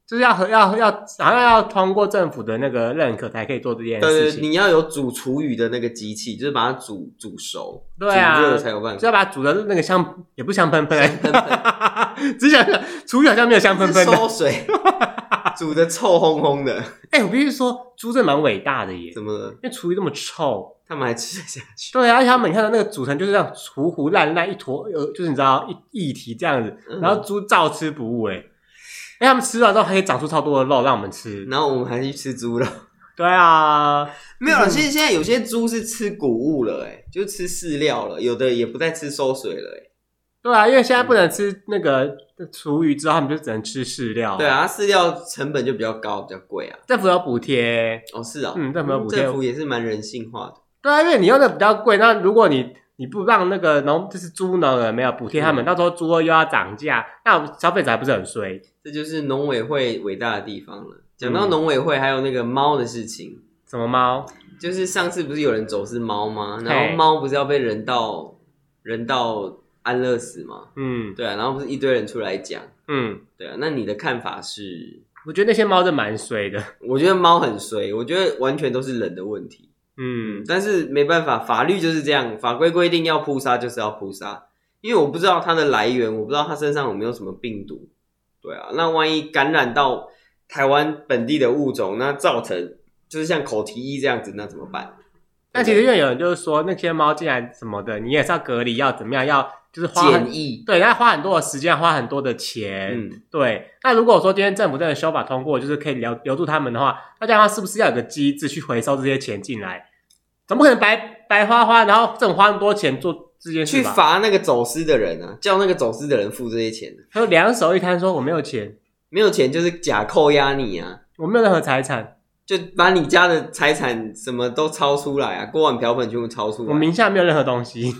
S2: 就是要和要要好像要通过政府的那个认可才可以做这件
S1: 对
S2: 事
S1: 对，
S2: 情，
S1: 你要有煮厨余的那个机器，就是把它煮煮熟、
S2: 对啊
S1: 煮热才有办
S2: 就
S1: 法。
S2: 要把它煮的那个香也不香喷喷，
S1: 喷喷
S2: (laughs) 只想想厨余好像没有香喷
S1: 是
S2: 喷的，
S1: 收水， (laughs) 煮的臭烘烘的，
S2: 哎、我必须说，猪真的蛮伟大的耶，
S1: 怎么了？
S2: 因为厨艺这么臭。
S1: 他们还吃得下去？
S2: 对啊，而且他们你看到那个组成就是这样糊糊烂烂一坨，呃，就是你知道一一体这样子，
S1: 嗯
S2: 然后猪照吃不误哎。哎，他们吃完之后还可以长出超多的肉让我们吃。
S1: 然后我们还去吃猪肉，
S2: 对啊，
S1: 没有了。现现在有些猪是吃谷物了、哎，就吃饲料了，有的也不再吃馊水了、哎。
S2: 对啊，因为现在不能吃那个厨余，之后他们就只能吃饲料。
S1: 对，啊，饲料成本就比较高，比较贵啊。
S2: 政府有补贴。
S1: 哦，是啊，
S2: 嗯政府有补贴
S1: 政府也是蛮人性化的。
S2: 对啊，因为你用的比较贵，那如果你你不让那个农就是猪农有没有补贴他们，到时候猪肉又要涨价，那我们消费者还不是很衰？
S1: 这就是农委会伟大的地方了。讲到农委会，还有那个猫的事情，
S2: 什么猫？
S1: 就是上次不是有人走私猫吗？
S2: 嘿
S1: 然后猫不是要被人道人道安乐死吗？
S2: 嗯
S1: 对啊，然后不是一堆人出来讲，
S2: 嗯，
S1: 对啊。那你的看法是？
S2: 我觉得那些猫真的蛮衰的。
S1: 我觉得猫很衰，我觉得完全都是人的问题。
S2: 嗯，
S1: 但是没办法，法律就是这样，法规规定要扑杀就是要扑杀，因为我不知道它的来源，我不知道它身上有没有什么病毒，对啊，那万一感染到台湾本地的物种，那造成就是像口蹄疫这样子，那怎么办？
S2: 但其实因为有人就是说那些猫进来什么的，你也是要隔离，要怎么样，要就是花很
S1: 检疫，
S2: 对，要花很多的时间，花很多的钱。
S1: 嗯，
S2: 对，那如果说今天政府真的修法通过，就是可以留留住他们的话，那这样的话是不是要有个机制去回收这些钱进来？怎么可能白白花花，然后政府花那么多钱做这件事
S1: 去
S2: 吧？
S1: 罚那个走私的人啊，叫那个走私的人付这些钱，啊
S2: 他就两手一摊说我没有钱，
S1: 没有钱就是假扣押你啊。
S2: 我没有任何财产，
S1: 就把你家的财产什么都抄出来啊，锅碗瓢盆全部抄出来，
S2: 我名下没有任何东西，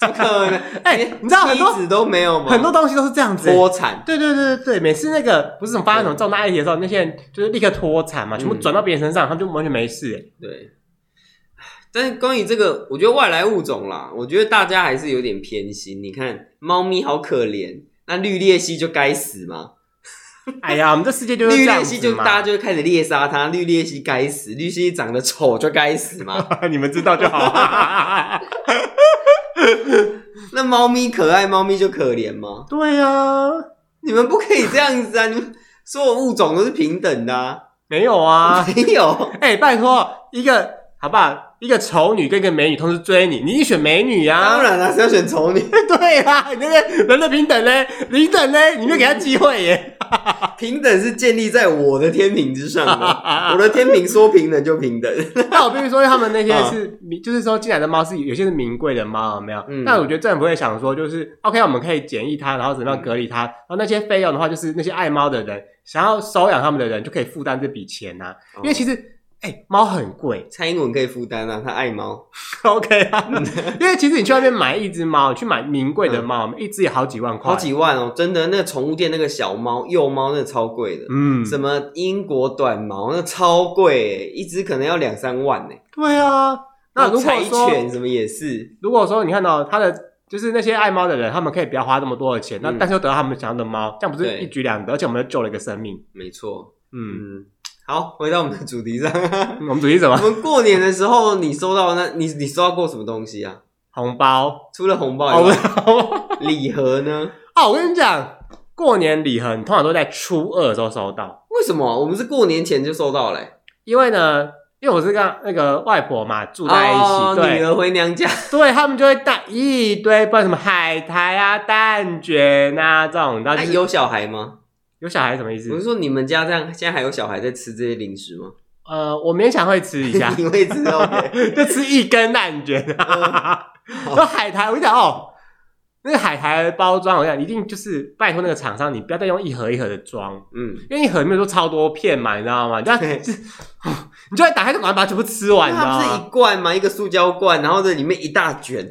S1: 不可能，
S2: 哎
S1: 连
S2: 你知道很多
S1: 妻子都没有吗？
S2: 很多东西都是这样子。欸
S1: 脱产，
S2: 对对对对对，每次那个不是什么发生什么重大议题的时候，那些人就是立刻脱产嘛，全部
S1: 嗯
S2: 转到别人身上，他们就完全没事、欸
S1: 对。但是关于这个，我觉得外来物种啦，我觉得大家还是有点偏心。你看，猫咪好可怜，那绿鬣蜥就该死嘛？
S2: 哎呀，我们这世界就是这
S1: (laughs) 绿
S2: 样
S1: 鬣蜥
S2: 子
S1: 就
S2: 嘛。
S1: 大家就开始猎杀它，绿鬣蜥该死，绿鬣蜥长得丑就该死
S2: (laughs)
S1: 嘛。
S2: 你们知道
S1: (laughs)
S2: 就好。
S1: 那猫咪可爱，猫咪就可怜吗？
S2: 对啊呀、
S1: 你们不可以这样子啊！你们所有物种都是平等的啊！
S2: 没有啊。 (laughs)
S1: 没有，
S2: 哎、拜托，一个好不好？一个丑女跟一个美女同时追你，你一定选美女
S1: 当
S2: 啊。
S1: 然啦，是要选丑女，
S2: (laughs) 对啊，你那个人的平等嘞，平等嘞，你没有给他机会耶。
S1: (laughs) 平等是建立在我的天平之上
S2: (laughs)
S1: 的，我的天平说平等就平等。
S2: 那我必须说，他们那些
S1: (laughs)
S2: 是名，就是说进来的猫是有些是名贵的猫，有没有？
S1: 嗯
S2: 那我觉得政府会想说，就是 OK，我们可以检疫它，然后怎么样隔离它，然后那些费用的话，就是那些爱猫的人想要收养它们的人就可以负担这笔钱呐、因为其实，哎、猫很贵，
S1: 蔡英文可以负担啊，他爱猫。
S2: (laughs) OK 啊，因为其实你去外面买一只猫，去买名贵的猫，一只也好几万块，
S1: 嗯好几万哦，真的，那个宠物店那个小猫、幼猫，那个超贵的。
S2: 嗯，
S1: 什么英国短毛，那超贵耶，一只可能要两三万欸呢。
S2: 对啊。那如果
S1: 柴
S2: 说，
S1: 犬什么也是，
S2: 如果说你看到他的，就是那些爱猫的人，他们可以不要花那么多的钱，那、
S1: 嗯
S2: 但是又得到他们想要的猫，这样不是
S1: 对
S2: 一举两得？而且我们又救了一个生命。
S1: 没错。
S2: 嗯，
S1: 嗯，好，回到我们的主题上， (laughs)
S2: 我们主题是什
S1: 我
S2: 么？
S1: 们过年的时候，你收到那，你你收到过什么东西啊？
S2: 红包。
S1: 除了红包
S2: 哦，
S1: 以
S2: 不
S1: 外
S2: 是，红包
S1: 礼盒呢？
S2: 哦，我跟你讲，过年礼盒你通常都在初二的时候收到，
S1: 为什么我们是过年前就收到嘞？
S2: 因为呢，因为我是跟那个外婆嘛住在一起，
S1: 哦，
S2: 对，
S1: 女儿回娘家，
S2: 对他们就会带一堆，不然什么海苔啊、蛋卷啊这种，然后
S1: 哎
S2: 就是嗯
S1: 有小孩吗？
S2: 有小孩什么意
S1: 我是
S2: 思？
S1: 说你们家这样，现在还有小孩在吃这些零食吗？，
S2: 呃，我勉强会吃一下
S1: (laughs) 你会吃 OK？
S2: (laughs) 就吃一根蛋卷啊。
S1: 嗯
S2: (laughs) 然后海苔，我跟你讲哦，那个海苔的包装，我跟你讲一定就是拜托那个厂商，你不要再用一盒一盒的装，
S1: 嗯，
S2: 因为一盒里面都超多片嘛，你知道吗？你就要
S1: 对
S2: 就是 (laughs) 你就要打开就赶快把它全部吃完，你知道
S1: 它不是
S2: 吗？
S1: 一罐吗？一个塑胶罐，然后这里面一大卷，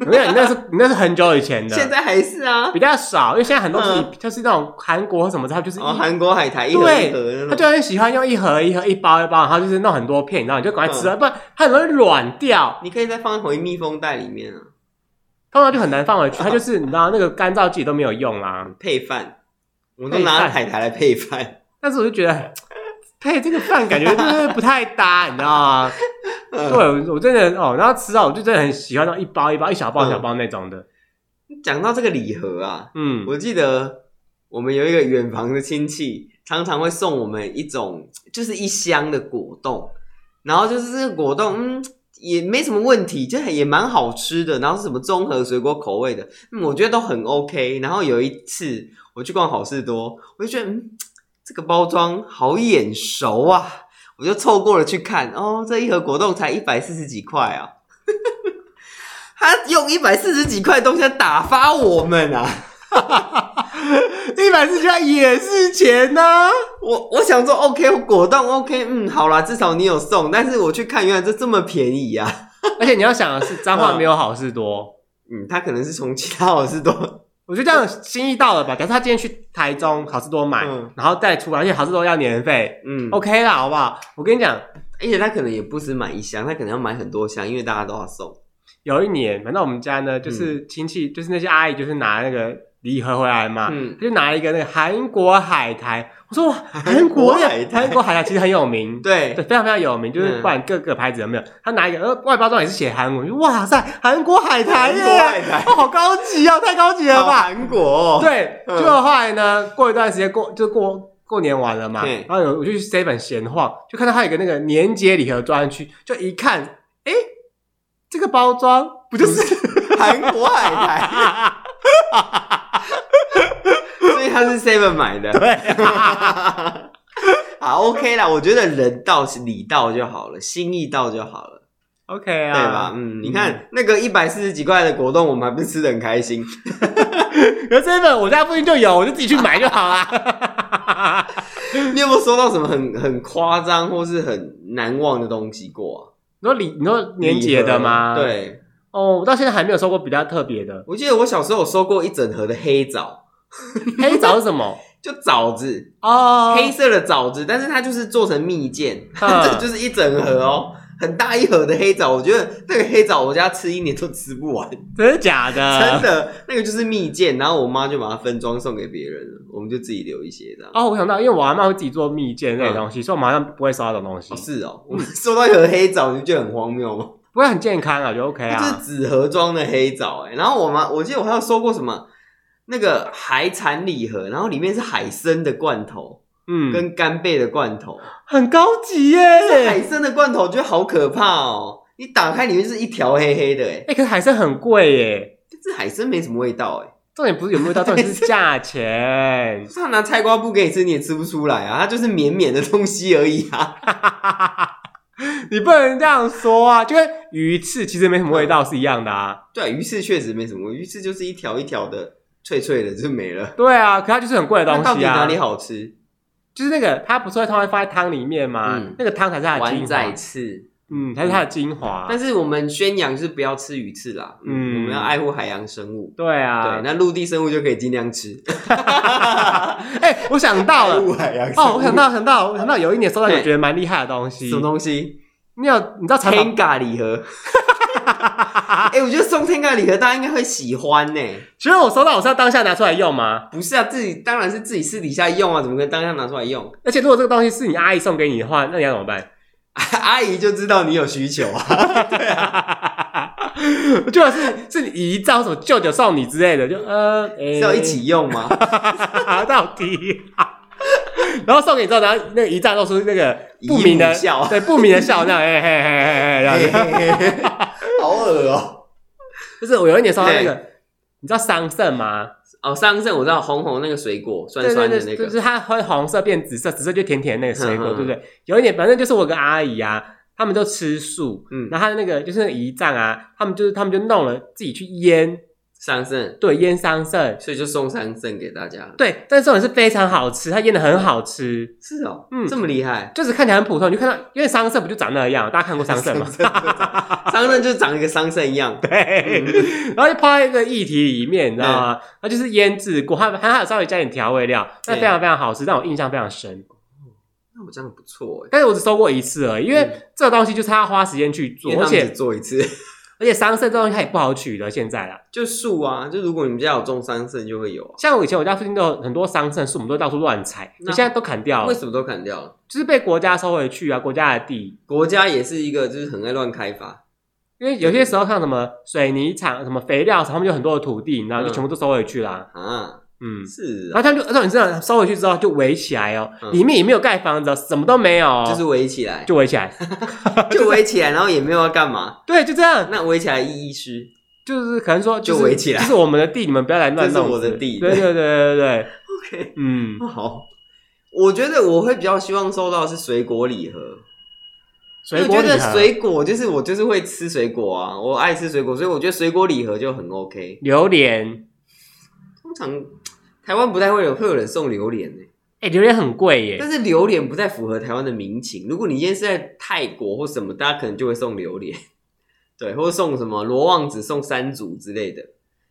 S2: 我跟你讲，你那是你那是很久以前的，
S1: 现在还是啊
S2: 比。较少，因为现在很多是
S1: 嗯
S2: 就是那种韩国什么的，它就是一
S1: 哦，韩国海苔一盒
S2: 对
S1: 一盒的
S2: 他
S1: 那
S2: 就
S1: 种，
S2: 很喜欢用一盒一盒、一包一包，然后就是弄很多片，然后你就赶快吃啊完，不然它很容易软掉，
S1: 你可以再放回密封袋里面啊，
S2: 通常就很难放回去。它就是你知道那个干燥剂都没有用啊啦。
S1: 配饭。我都
S2: 配饭
S1: 拿海苔来配饭，
S2: 但是我就觉得配这个饭感觉就是不太搭，你知道吗？对，
S1: 嗯
S2: 我我真的哦，然后吃到我就真的很喜欢那种一包一包、一小包一小包那种的。
S1: 讲到这个礼盒啊，
S2: 嗯，
S1: 我记得我们有一个远房的亲戚，常常会送我们一种就是一箱的果冻，然后就是这个果冻，嗯，也没什么问题，就也蛮好吃的。然后是什么综合水果口味的，嗯，我觉得都很 OK。然后有一次我去逛好事多，我就觉得嗯，这个包装好眼熟啊，我就凑过了去看，哦，这一盒果冻才一百四十几块啊。 (laughs) 他用一百四十几块东西打发我们啊！ (laughs)
S2: 一百四十块也是钱呐、
S1: 我我想说，OK，果冻 OK，嗯，好啦，至少你有送。但是我去看，原来这这么便宜呀、啊！ (laughs)
S2: 而且你要想的是，彰化没有好事多。
S1: 嗯，他可能是从其他好事多，
S2: 我觉得这样心意到了吧？假设他今天去台中好事多买，
S1: 嗯
S2: 然后再出来，而且好事多要年费、
S1: 嗯
S2: o k 啦，好不好？我跟你讲，
S1: 而且他可能也不止买一箱，他可能要买很多箱，因为大家都要送。
S2: 有一年，反正我们家呢，
S1: 嗯
S2: 就是亲戚，就是那些阿姨，就是拿那个礼盒回来嘛，
S1: 嗯，
S2: 就拿一个那个韩国海苔。
S1: (laughs)
S2: 我说哇，韩
S1: 国
S2: 国的
S1: 海苔
S2: 韩国海苔其实很有名，
S1: (laughs) 对，
S2: 对，非常非常有名，就是
S1: 嗯
S2: 不管各个牌子有没有，他拿一个呃外包装也是写韩文，我就哇塞，韩国海苔
S1: 韩国海
S2: 耶，
S1: 苔，
S2: 哦，好高级哦，太高级了吧？
S1: 韩国、哦，
S2: 对，
S1: 嗯
S2: 就后来呢，过一段时间过就过过年完了嘛
S1: 对，
S2: 然后有我就去 seven 闲晃，就看到它有一个那个年节礼盒专区，就一看，哎，这个包
S1: (laughs)
S2: 装啊不就是
S1: 韩国海苔， (laughs) 所以他是 Seven 买的。
S2: 对啊
S1: (laughs) 好 OK 啦，我觉得人到礼到就好了，心意到就好了。
S2: ？OK 啊，
S1: 对吧？嗯，你看、那个一百四十几块的果冻，我们还不是吃的很开心？ (laughs)
S2: 可是 seven 我家附近就有，我就自己去买就好
S1: (laughs)
S2: 啦。
S1: 你有没有收到什么很很夸张或是很难忘的东西过、
S2: 你说礼，你说
S1: 啊？
S2: 年节的吗？，
S1: 对，。
S2: 哦，我到现在还没有收过比较特别的
S1: 我记得我小时候有收过一整盒的黑枣，
S2: 黑枣是
S1: (laughs)
S2: 什么？
S1: 就枣子，
S2: 哦， (laughs)
S1: 黑色的枣子，但是它就是做成蜜饯，
S2: 嗯
S1: 这 (laughs) 就是一整盒哦。很大一盒的黑枣，我觉得那个黑枣我家吃一年都吃不完，
S2: 真的假的？
S1: 真的，那个就是蜜饯，然后我妈就把它分装送给别人了，我们就自己留一些这样。
S2: 哦，我想到，因为我阿妈会自己做蜜饯类的东西，所以我们好像不会烧那种东
S1: 嗯
S2: 西
S1: 哦，，是哦，我们收到一盒黑枣，你不觉得很荒谬吗？
S2: 不会很健康啊，就 OK
S1: 它就
S2: 啊
S1: 是。纸盒装的黑枣，哎，然后我妈，我记得我还有收过什么那个海产礼盒，然后里面是海参的罐头
S2: 嗯，
S1: 跟干贝的罐
S2: (laughs)
S1: 头，
S2: 很高级耶。
S1: 海参的罐头觉得好可怕哦，你打开里面是一条黑黑的，哎，
S2: 哎、可是海参很贵耶。
S1: 但是海参没什么味道，哎，
S2: 重点不是有没有
S1: (laughs)
S2: 味道，重点是价钱。
S1: 就是他啊拿菜瓜布给你吃，你也吃不出来啊，它就是绵绵的东西而已啊， (laughs)
S2: 你不能这样说啊，就跟鱼翅其实没什么味道是一样的啊。
S1: 对，鱼翅确实没什么，鱼翅就是一条一条的脆脆的就没了，
S2: 对啊，可它就是很贵的
S1: 那
S2: 东
S1: 到底
S2: 西
S1: 哪
S2: 啊
S1: 里。好吃？
S2: 就是那个，它不是会通常放在汤里面吗？
S1: 嗯
S2: 那个汤才是它的
S1: 丸
S2: 精
S1: 仔
S2: 华，
S1: 翅。
S2: 嗯，才是它的精华。
S1: 但是我们宣扬是不要吃鱼翅啦，嗯，
S2: 嗯
S1: 我们要爱护海洋生物。
S2: 对
S1: 对，，
S2: 啊
S1: 那陆地生物就可以尽量
S2: (laughs)
S1: 吃。
S2: 哎、我想到了，
S1: 海洋
S2: 哦，我想到想到我想到有一年收到一
S1: 嘿
S2: 个觉得蛮厉害的东西
S1: 什，么东西？
S2: 你有你知道采访
S1: 天咖礼
S2: (laughs)
S1: 盒。哎、我觉得送天咖礼盒大家应该会喜欢呢、
S2: 其实我收到，我是要当下拿出来用吗？
S1: 不是啊，自己当然是自己私底下用啊，怎么可能当下拿出来用？
S2: 而且如果这个东西是你阿姨送给你的话，那你要怎么办？
S1: (laughs) 阿姨就知道你有需求啊。 (laughs)
S2: 我 (laughs) 觉得是是你姨丈或什么舅舅送你之类的，就呃，
S1: 是
S2: 是
S1: 要一起用吗？
S2: (laughs) 到底、啊然后送给你之后，然后那个姨丈露出那个不明
S1: 姨
S2: 的
S1: 母笑
S2: 对不明的笑，那样嘿嘿嘿嘿嘿，然后
S1: 嘿嘿嘿嘿 (laughs) 好恶哦、
S2: 就是我有一年收到那个，你知道桑葚吗？
S1: 哦，桑葚我知道，红红那个水果，酸酸的那
S2: 对对对，就
S1: 个。
S2: 是它会红色变紫色，紫色就甜甜的那个水果，
S1: 嗯嗯
S2: 对不对？有一点，反正就是我有个阿姨啊，他们就吃素，
S1: 嗯
S2: 然后她的那个就是那个姨丈啊，他们就是他们就弄了自己去腌，
S1: 桑葚，
S2: 对，腌桑葚，
S1: 所以就送桑葚给大家。
S2: 对，但是这种是非常好吃，它腌的很好吃，
S1: 是哦，
S2: 嗯
S1: 这么厉害。
S2: 就是看起来很普通，你就看到，因为桑葚不就长那样，大家看过桑葚吗？
S1: (laughs) 桑葚就长一个桑葚一样，嗯
S2: (laughs) 对，然后就泡在一个液体里面，你知道吗？它就是腌制过，它它还有稍微加点调味料，那
S1: 对
S2: 非常非常好吃，让我印象非常深。
S1: 那我这样不错哎，
S2: 但是我只收过一次而已，因
S1: 嗯
S2: 为这个东西就是他要花时间去做，
S1: 因为
S2: 而
S1: 他们只
S2: 且
S1: 做一次，
S2: 而且桑葚这东西它也不好取的。现在啦，
S1: (laughs) 就树啊，就如果你们家有种桑葚，就会有啊。
S2: 像我以前我家附近都有很多桑葚树，我们都到处乱采，
S1: 那
S2: 就现在都砍掉
S1: 为
S2: 了，
S1: 什么都砍掉了？
S2: 就是被国家收回去啊，国家的地。
S1: 国家也是一个就是很爱乱开发，
S2: 因为有些时候看什么水泥厂、什么肥料厂，他们有很多的土地，你知道，就
S1: 嗯
S2: 全部都收回去啦。
S1: 啊，
S2: 嗯，
S1: 是
S2: 然
S1: 啊，
S2: 后他就，然后你知道收回去之后就围起来哦，
S1: 嗯
S2: 里面也没有盖房子哦，什么都没有哦，
S1: 就是围起来，
S2: 就围起来， (laughs)
S1: 就围起来，然后也没有要干嘛，
S2: 对，就这样，
S1: 那围起来意义是
S2: 就是可能说
S1: 就是围起来
S2: 这是我们的地，你们不要来乱
S1: 这是
S2: 弄，
S1: 我的地
S2: 对对对对对对，
S1: OK，
S2: (laughs) 嗯，
S1: 好。我觉得我会比较希望收到的是水果礼盒，
S2: 水
S1: 因为
S2: 果
S1: 我觉
S2: 礼
S1: 得
S2: 盒、
S1: 水果就是我就是会吃水果啊，我爱吃水果，所以我觉得水果礼盒就很 OK。
S2: 榴莲，
S1: 通常台湾不太会有会有人送榴莲呢、
S2: 哎，榴莲很贵耶，
S1: 但是榴莲不太符合台湾的民情。如果你今天是在泰国或什么，大家可能就会送榴莲，对，或者送什么罗望子、送山竹之类的。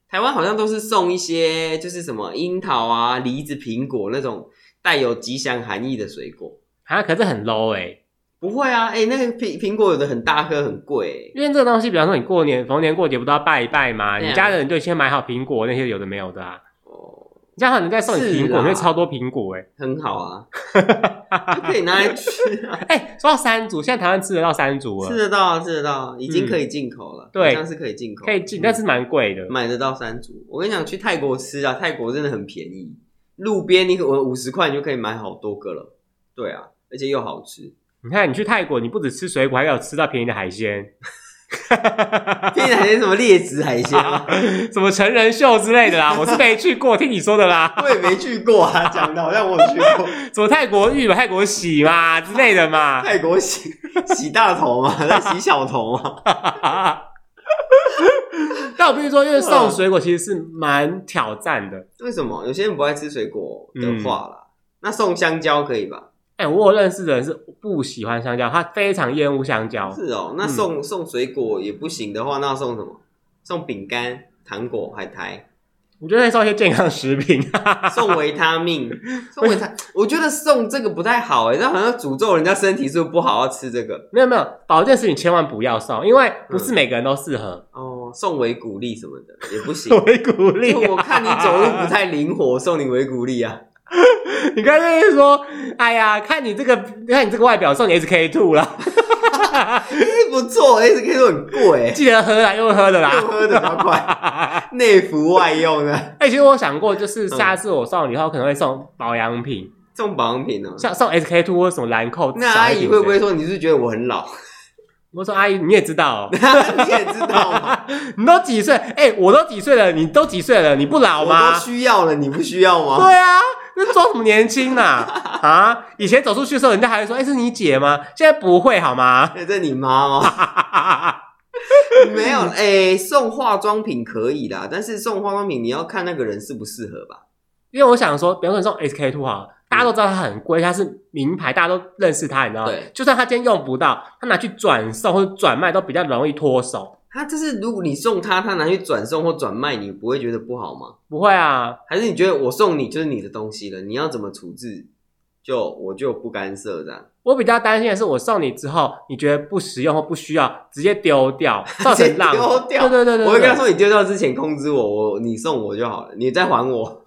S1: 台湾好像都是送一些就是什么樱桃啊、梨子、苹果那种带有吉祥含义的水果。
S2: 啊，可是很 low 哎，
S1: 不会啊，哎、那个苹苹果有的很大颗，很贵、欸
S2: 因为这个东西，比方说你过年逢年过节不都要拜一拜吗？
S1: 对啊
S2: 你家的人就先买好苹果那些有的没有的啊，
S1: 哦，
S2: 你家人再送你苹
S1: 是啊
S2: 果，会超多苹果哎、
S1: 很好啊，就可以拿来吃
S2: (laughs)
S1: 啊，
S2: 哎、说到山竹，现在台湾吃得到山竹
S1: 吃
S2: 了，
S1: 得到啊，吃得到啊，已经可以进口了，
S2: 对
S1: 好像是可以进口，
S2: 可以进，
S1: 嗯
S2: 但是蛮贵的。
S1: 买得到山竹。我跟你讲，去泰国吃啊，泰国真的很便宜，路边你我五十块你就可以买好多个了。对啊，而且又好吃。
S2: 你看，你去泰国，你不止吃水果，还有吃到便宜的海鲜， (laughs)
S1: 便宜还是什么劣质海鲜啊吗？
S2: 什么成人秀之类
S1: (laughs)
S2: 的啦。我是没去过，听你说的啦。
S1: 我也没去过啊，讲的好像我有去过
S2: 什么泰国浴、泰国洗嘛之类的
S1: (laughs)
S2: 嘛。
S1: 泰国洗洗大头嘛，在洗小头嘛。
S2: 但我必须说，因为送水果其实是蛮挑战的。
S1: 为什么有些人不爱吃水果的话啦？那送香蕉可以吧？
S2: 哎、我有认识的人是不喜欢香蕉，他非常厌恶香蕉。
S1: 是哦，那送、送水果也不行的话，那送什么？送饼干、糖果、海苔。
S2: 我觉得可以送一些健康食品， (laughs)
S1: (laughs) 送维他命，送维他，我觉得送这个不太好哎、欸，这好像诅咒人家身体是不是不好，要吃这个
S2: 没有没有，保健食品千万不要送，因为不
S1: 嗯
S2: 是每个人都适合。 (laughs)
S1: 哦，送维骨力什么的也不行。 (laughs)
S2: 我会鼓励、啊
S1: 就我看你走路不，太灵活，送你维骨力啊， (laughs)
S2: 你刚才就是说，哎呀，看你这个，看你这个外表，送你 SK two 啦，
S1: 哎、不错，哎、这个都很贵、欸， (laughs)
S2: 记得喝啦，用喝的
S1: 又
S2: 啦。
S1: 喝的比较快，内服外用啊的，
S2: 哎、其实我想过，就是
S1: 嗯
S2: 下次我送你后，可能会送保养品，
S1: 送保养品呢、哦
S2: 像送 SK two 或什么兰蔻。
S1: 那阿姨会不会？说你是觉得我很老？，
S2: 我说阿姨，你也知道、哦 (laughs)
S1: 你也知道 (laughs) 嘛，
S2: 你都几岁？哎、我都几岁了，你都几岁了，你不老
S1: 我
S2: 吗
S1: 都？需要了，你不需要吗？
S2: 对啊，那装什么年轻呐、啊？以前走出去的时候，人家还会说：“哎、是你姐吗？”现在不会好吗？ (laughs)
S1: (laughs) 那这你妈哦。 (laughs) 没
S2: (laughs)
S1: 有，哎、送化妆品可以啦，但是送化妆品你要看那个人适不适合吧。
S2: 因为我想说，比方说你送 SK two
S1: 嗯
S2: 好了，大家都知道它很贵，它是名牌，大家都认识它，你知道吗
S1: 对？
S2: 就算它今天用不到，它拿去转售或者转卖都比较容易脱手。
S1: 他这是如果你送他，他拿去转送或转卖，你不会觉得不好吗？
S2: 不会啊，
S1: 还是你觉得我送你就是你的东西了，你要怎么处置，就我就不干涉这样，
S2: 我比较担心的是，我送你之后，你觉得不实用或不需要，直接丢
S1: (laughs)
S2: 掉，造成浪费。
S1: 直接丢掉
S2: 对对对对对，
S1: 我会跟他说你丢掉之前通知我，我你送我就好了，你再还我。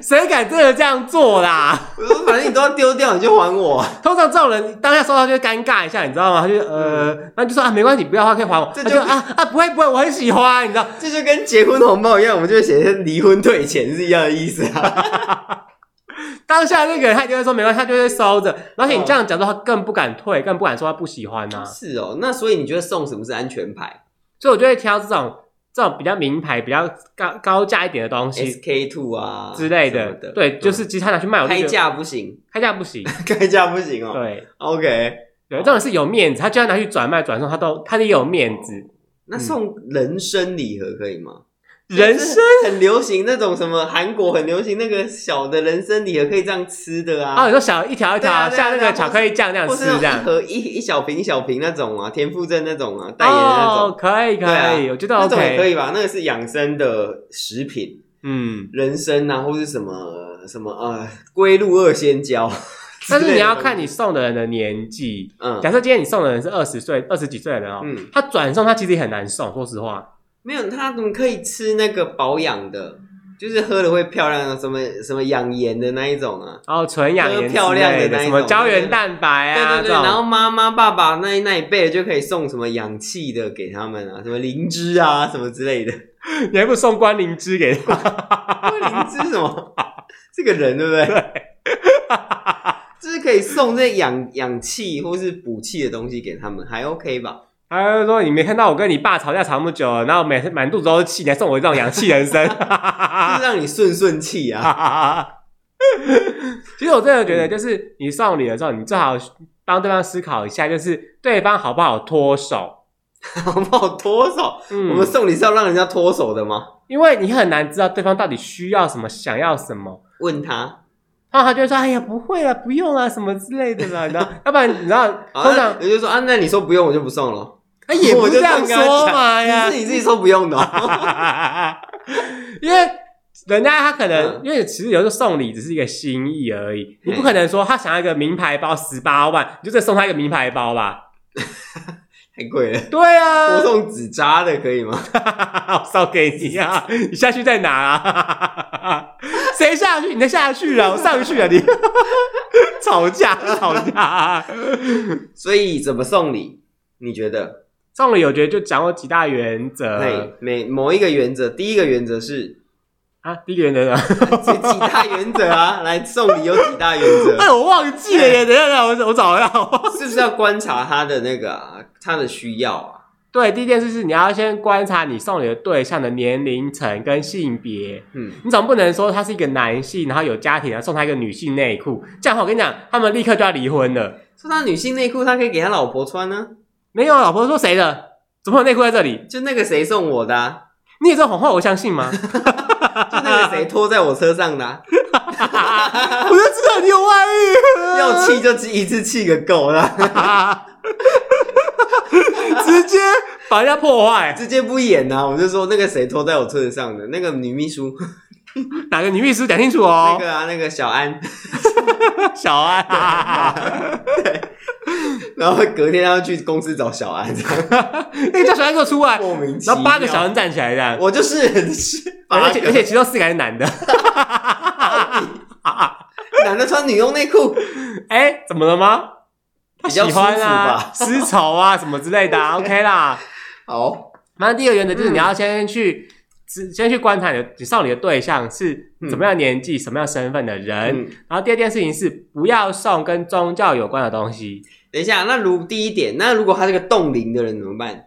S2: 谁敢真的这样做 (laughs) 啦？
S1: 我说反正你都要丢掉，你就还我。
S2: 通常这种人当下收到哦就会尴尬一下，你知道吗？他就呃，然后就说啊，没关系，你不要的话可以还我。
S1: 嗯这
S2: 他
S1: 就
S2: 就啊啊，不会不会，我很喜欢，你知道。
S1: 这就跟结婚红包一样，我们就会写离婚退钱是一样的意思啊。 (laughs)
S2: 当下那个人他一定会说没关系，他就会收着。而
S1: 嗯
S2: 且你这样讲的话，更不敢退，更不敢说他不喜欢呐、
S1: 是哦，那所以你觉得送什么是安全牌
S2: 所以我就会挑这种这种比较名牌、比较高高价一点的东西
S1: ？SK two 啊
S2: 之类
S1: 什
S2: 的。
S1: 么嗯
S2: 对，就是其实他拿去卖，我就
S1: 开
S2: 觉得
S1: 价不行，
S2: (laughs) 开价不行。
S1: 开价不行哦。
S2: 对
S1: OK，
S2: 对，这种是有面子，他就要拿去转卖转送，他都他也有面
S1: 嗯
S2: 子。
S1: 那送人参礼盒可以吗？
S2: 嗯人参
S1: 很流行那种什么韩国很流行那个小的人参礼盒，可以这样吃的
S2: 啊，
S1: 啊，
S2: 你说小一条一
S1: 对啊
S2: 条，
S1: 对啊
S2: 像那
S1: 对啊
S2: 个巧克力酱那样
S1: 或
S2: 吃
S1: 是那
S2: 哦这
S1: 种
S2: 样
S1: 一。盒一一小瓶一小瓶那种啊，田馥甄那种啊，代言的那
S2: 哦
S1: 种，
S2: 可以可
S1: 对啊
S2: 以，我觉得
S1: 那种也可
S2: OK。
S1: 以吧？那个是养生的食品，
S2: 嗯，
S1: 人参啊，或是什么什么呃龟鹿二仙胶，
S2: 但是你
S1: 之类
S2: 要
S1: 的
S2: 看你送的人的年纪。
S1: 嗯
S2: 假设今天你送的人是二十岁、二十几岁的人哦，
S1: 嗯，
S2: 他转送他其实也很难送，说实话。
S1: 没有，他怎么可以吃那个保养的？就是喝了会漂亮啊的，什么什么养颜的那一种啊。
S2: 然后哦纯养颜之类
S1: 漂亮的那一种
S2: 什么胶原蛋白
S1: 对
S2: 啊，
S1: 对对，
S2: 这种
S1: 然后妈妈爸爸那一那一辈的就可以送什么氧气的给他们啊，什么灵芝啊，什么之类的。 (laughs)
S2: 你还不送关灵芝给他？
S1: 灵芝是什么？这个人对不对？就是可以送这氧氧气或是补气的东西给他们，还 OK 吧？
S2: 他就说你没看到我跟你爸吵架吵那么久了，然后每次满肚子都是气，你还送我这种氧气人生。
S1: 就是让你顺顺气啊。
S2: (laughs) 其实我真的觉得，就是你送礼的时候，你最好帮对方思考一下，就是对方好不好脱手。
S1: 好不好脱手？
S2: 嗯
S1: 我们送礼是要让人家脱手的吗？
S2: 因为你很难知道对方到底需要什么，想要什么。
S1: 问他，
S2: 然后他就会说：“哎呀，不会了，不用啊，什么之类的啦。”然后，要不然你知道，
S1: 好
S2: 通常
S1: 那你就说啊，那你说不用我就不送了。
S2: 哎也不
S1: 我
S2: 是
S1: 就
S2: 这样
S1: 这样跟他
S2: 说
S1: 讲
S2: 嘛哎呀 (laughs)
S1: 你是，你自己说不用的 (laughs) 哦、
S2: 因为人家他可能
S1: 嗯
S2: 因为其实有时候送礼只是一个心意而已，你不可能说他想要一个名牌包十八万，你就再送他一个名牌包吧？
S1: 太贵了。
S2: 对啊，
S1: 嗯我送纸扎的可以吗？
S2: (laughs)
S1: (laughs)
S2: 我烧给你啊！你下去再拿啊！ (laughs) 谁下去？你再下去啊！我上去啊！你 (laughs) 吵架吵架、
S1: 所以怎么送礼？你觉得？
S2: 送礼我觉得就掌握几大原则
S1: 对，每某一个原则，第一个原则是
S2: 啊。第一个原 (laughs) 则是什么，
S1: 这几大原则啊。 (laughs) 来，送礼有几大原则？ (laughs)
S2: 哎，我忘记了耶！等一下，等一下，我我找一下。我忘
S1: 是不是要观察他的那个、啊、他的需要啊？
S2: 对，第一件事是你要先观察你送礼的对象的年龄层跟性别。
S1: 嗯，
S2: 你总不能说他是一个男性，然后有家庭，然后啊送他一个女性内裤，这样的话我跟你讲，他们立刻就要离婚了。
S1: 说他女性内裤，他可以给他老婆穿呢、
S2: 没有，啊老婆说谁的？怎么有内裤在这里？
S1: 就那个谁送我的、啊，
S2: 你有这种谎话，我相信 (laughs) 吗？
S1: 就那个谁拖在我车上的
S2: (laughs)
S1: 啊、
S2: 我就知道你有外遇， (laughs)
S1: 要气就气一次气个够啦，
S2: 直接把人家破坏。
S1: 直接不演啊呐、我就说那个谁拖在我车子上的那个女秘书，
S2: 哪个女律师讲清楚
S1: 那
S2: 哦？
S1: 个啊那个小安， (laughs)
S2: 小
S1: 啊
S2: 安，
S1: 然后隔天他要去公司找小安， (laughs) 这样
S2: 那个叫小安给我出来，
S1: 莫名其
S2: 然
S1: 妙。
S2: 后八个小，安站起来这样，
S1: 我就是 (laughs) 是八
S2: 而且而
S1: 个
S2: 且其中四个还是男的。 (laughs)
S1: 男的穿女用内裤，
S2: 哎，怎么了吗？他
S1: 比较
S2: 喜欢啊，
S1: 吧。
S2: 丝绸啊什么之
S1: (laughs)
S2: 类的啊，OK 啦。
S1: 好，
S2: 反正第二个原则就是你要先去。只先去观察你的你送礼的对象是怎么样年纪、什么样身份的人，
S1: 嗯，
S2: 然后第二件事情是不要送跟宗教有关的东西。
S1: 等一下，那如第一点，那如果他是个冻龄的人怎么办？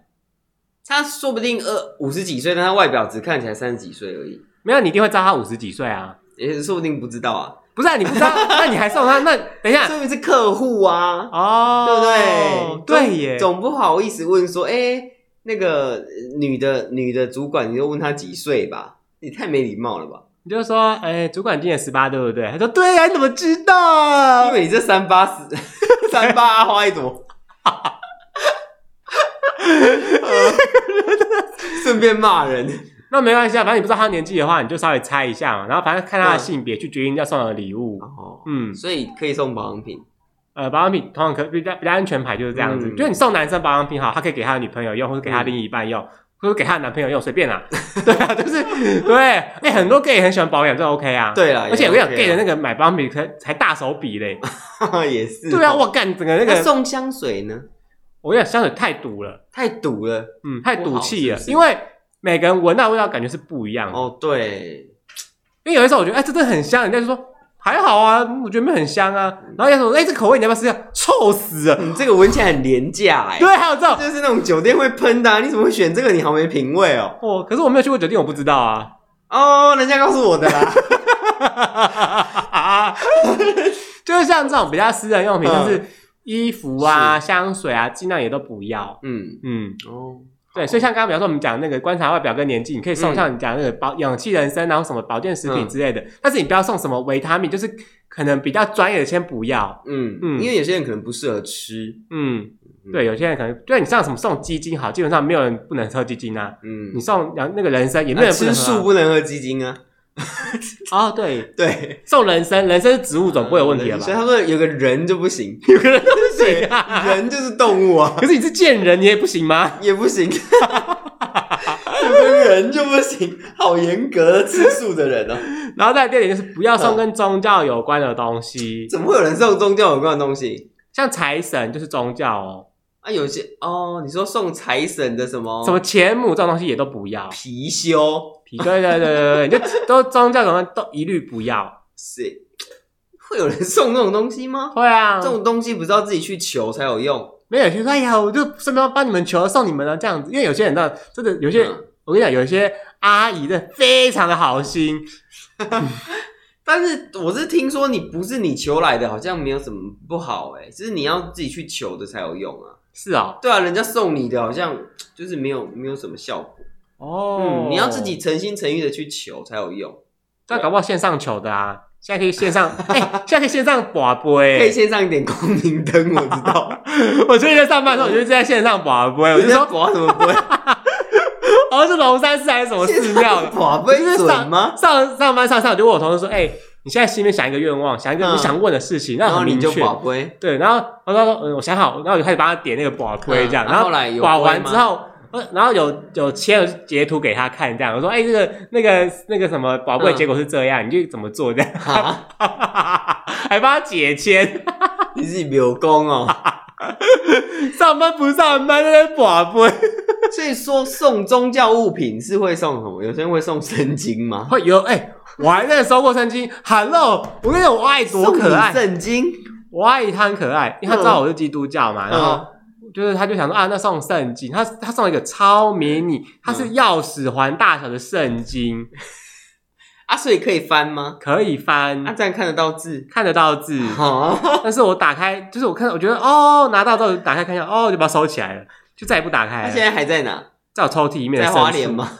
S1: 他说不定二五十几岁，但他外表只看起来三十几岁而已，
S2: 没有，你一定会知道他五十几岁啊。
S1: 也说不定不知道啊，
S2: 不是、啊、你
S1: (laughs)
S2: 不知道，那你还送他？那等一下
S1: 说 (laughs) 不定是客户啊。对
S2: 哦
S1: 不对？，
S2: 对
S1: 总
S2: 耶，
S1: 总不好意思问说，哎、那个呃女的女的主管，你就问她几岁吧，你太没礼貌了吧？
S2: 你就说，哎，主管今年十八，对不对？他说对呀、啊，你怎么知道
S1: 因？为你这三八十 (laughs) 三八阿花一朵， (laughs) 呃顺便骂人，
S2: 那没关系啊，反正你不知道他年纪的话，你就稍微猜一下嘛，然后反正看他的
S1: 嗯
S2: 性别去决定要送的礼物。
S1: 哦，
S2: 嗯，
S1: 所以可以送保养品，
S2: 呃，保养品通常可比较比较安全牌就是这样子，
S1: 嗯
S2: 就是你送男生保养品好，他可以给他的女朋友用，或者给他
S1: 嗯
S2: 另一半用，或者给他的男朋友用，随
S1: (laughs)
S2: 便啦、对啊，就是对，哎、很多 gay 也很喜欢保养，这 OK 啊。
S1: 对啦，
S2: 而且我跟你讲，gay 的那
S1: 个
S2: 个买保养品才才大手笔嘞。
S1: 也 (laughs) 是，
S2: 对啊，
S1: 哦
S2: 我干整个
S1: (laughs)
S2: 那
S1: 那
S2: 个，
S1: 送香水呢，
S2: 我跟你讲，香水太毒了，
S1: 太毒了，
S2: 嗯，太
S1: 不
S2: 赌
S1: 好
S2: 气了，
S1: 是不是
S2: 因为每个人闻到的味道感觉是不一样的。
S1: 哦，对，
S2: 因为有的时候我觉得，哎，这真的很香，人家就说还好啊，我觉得没有很香啊。然后人家说，哎，这口味你要不要试一下？臭死了！
S1: 嗯你这个闻起来很廉价哎、
S2: 对，还有这
S1: (laughs)
S2: 种，
S1: 就是那种酒店会喷的啊、你怎么会选这个？你好没品味哦！
S2: 哦，可是我没有去过酒店，我不知道啊。 (laughs)
S1: 哦，人家告诉我的啦。
S2: 就是像这种比较私人用品，
S1: 嗯
S2: 就是衣服啊、香水啊，尽量也都不要。
S1: 嗯，
S2: 嗯，
S1: 哦，
S2: 对，所以像刚刚比方说我们讲那个观察外表跟年纪，你可以送
S1: 嗯
S2: 像你讲那个保氧气人参，然后什么保健食品
S1: 嗯
S2: 之类的，但是你不要送什么维他命，就是可能比较专业的先不要。
S1: 嗯
S2: 嗯
S1: 嗯，因为有些人可能不适合吃，
S2: 嗯，
S1: 嗯
S2: 对，有些人可能，就你像什么送鸡精好，基本上没有人不能喝鸡精啊。
S1: 嗯
S2: 你，送养那个人参也没有
S1: 那
S2: 人不
S1: 吃
S2: 能喝
S1: 素
S2: 啊、
S1: 不能喝鸡精啊。
S2: 哦，对，
S1: 对，
S2: 送人参，人参是植物，总不会有问题啊了吧？
S1: 所以他说有个嗯人就不
S2: (laughs)
S1: 行，
S2: 有个人不行啊，
S1: 人就是动物啊，
S2: (laughs) 可是你是贱人，你也不行吗？
S1: 也不行。有个人就不行，好严格吃素的人哦、
S2: 然后再来第二点就是不要
S1: 嗯
S2: 送跟宗教有关的东西，
S1: 怎么会有人送宗教有关的东西？
S2: 像财神就是宗教哦，
S1: 啊，有些哦，你说送财神的什么
S2: 什么钱母这种东西也都不要。
S1: 貔貅，
S2: 对对对对对，你就都宗教什么都一律不要。
S1: 是会有人送那种东西吗？
S2: 会啊，
S1: 这种东西不是要自己去求才有用，
S2: 没有些哎呀，我就顺便帮你们求送你们了这样子，因为有些人呢，真的有些、
S1: 嗯
S2: 我跟你讲，有些阿姨真的非常的好心，
S1: 但是我是听说你不是你求来的，好像没有什么不好哎、就是你要自己去求的才有用啊。
S2: 是哦，
S1: 对啊，人家送你的好像就是没有没有什么效果。
S2: 哦
S1: 嗯，你要自己，诚心诚意的去求才有用，
S2: 但搞不好线上求的啊，现在可以线上，哎、现在可以线上拔杯、
S1: 可以线上一点光明灯，我知道。
S2: 我最近在上班的时候，我就在线上拔杯， (laughs) 我
S1: 人
S2: 就
S1: 家
S2: 说，
S1: 寡怎么不会？
S2: 好像是龙山寺还是什么寺庙的，
S1: 寡
S2: 我就是
S1: 不准吗？
S2: 上上班上上，我就问我同事说，哎、你现在心里面想一个愿望，想一个
S1: 嗯
S2: 你想问的事情，那
S1: 然后
S2: 很
S1: 你
S2: 明
S1: 就
S2: 确。
S1: 寡龟，
S2: 对，然后然后他说，嗯，我想好，然后我就开始帮他点那个宝龟这样，
S1: 嗯然
S2: 然
S1: 后
S2: 后
S1: 后来有
S2: 宝完
S1: 龟吗
S2: 之后，呃，然后有有切了截图给他看这样，我说，哎、这个那个那个什么宝龟
S1: 嗯
S2: 结果是这样，你就怎么做这样， (laughs)
S1: 哈，
S2: 还帮他解签，
S1: 你是柳公
S2: (laughs)
S1: 哦。
S2: 上班不上班在那宝龟，
S1: 所以说送宗教物品是会送什么？有些人会送圣经吗？
S2: 会 (laughs) 有哎、我还在收过圣经，Hello，我跟你讲，我爱多可爱
S1: 送你，圣经，
S2: 我阿姨她很可爱，因为她知道我是基督教嘛，
S1: 嗯
S2: 然后就是她就想说啊，那送圣经，她她送了一个超迷你，它
S1: 嗯
S2: 是钥匙环大小的圣经，
S1: 啊，所以可以翻吗？
S2: 可以翻，
S1: 啊，这样看得到字。
S2: 看得到字。
S1: 哦，
S2: 但是我打开，就是我看，我觉得哦，拿到之后打开看一下，哦，就把它收起来了，就再也不打
S1: 他
S2: 开了
S1: 现，在还在哪？
S2: 在我抽屉里面的
S1: 在
S2: 深处
S1: 花莲？吗？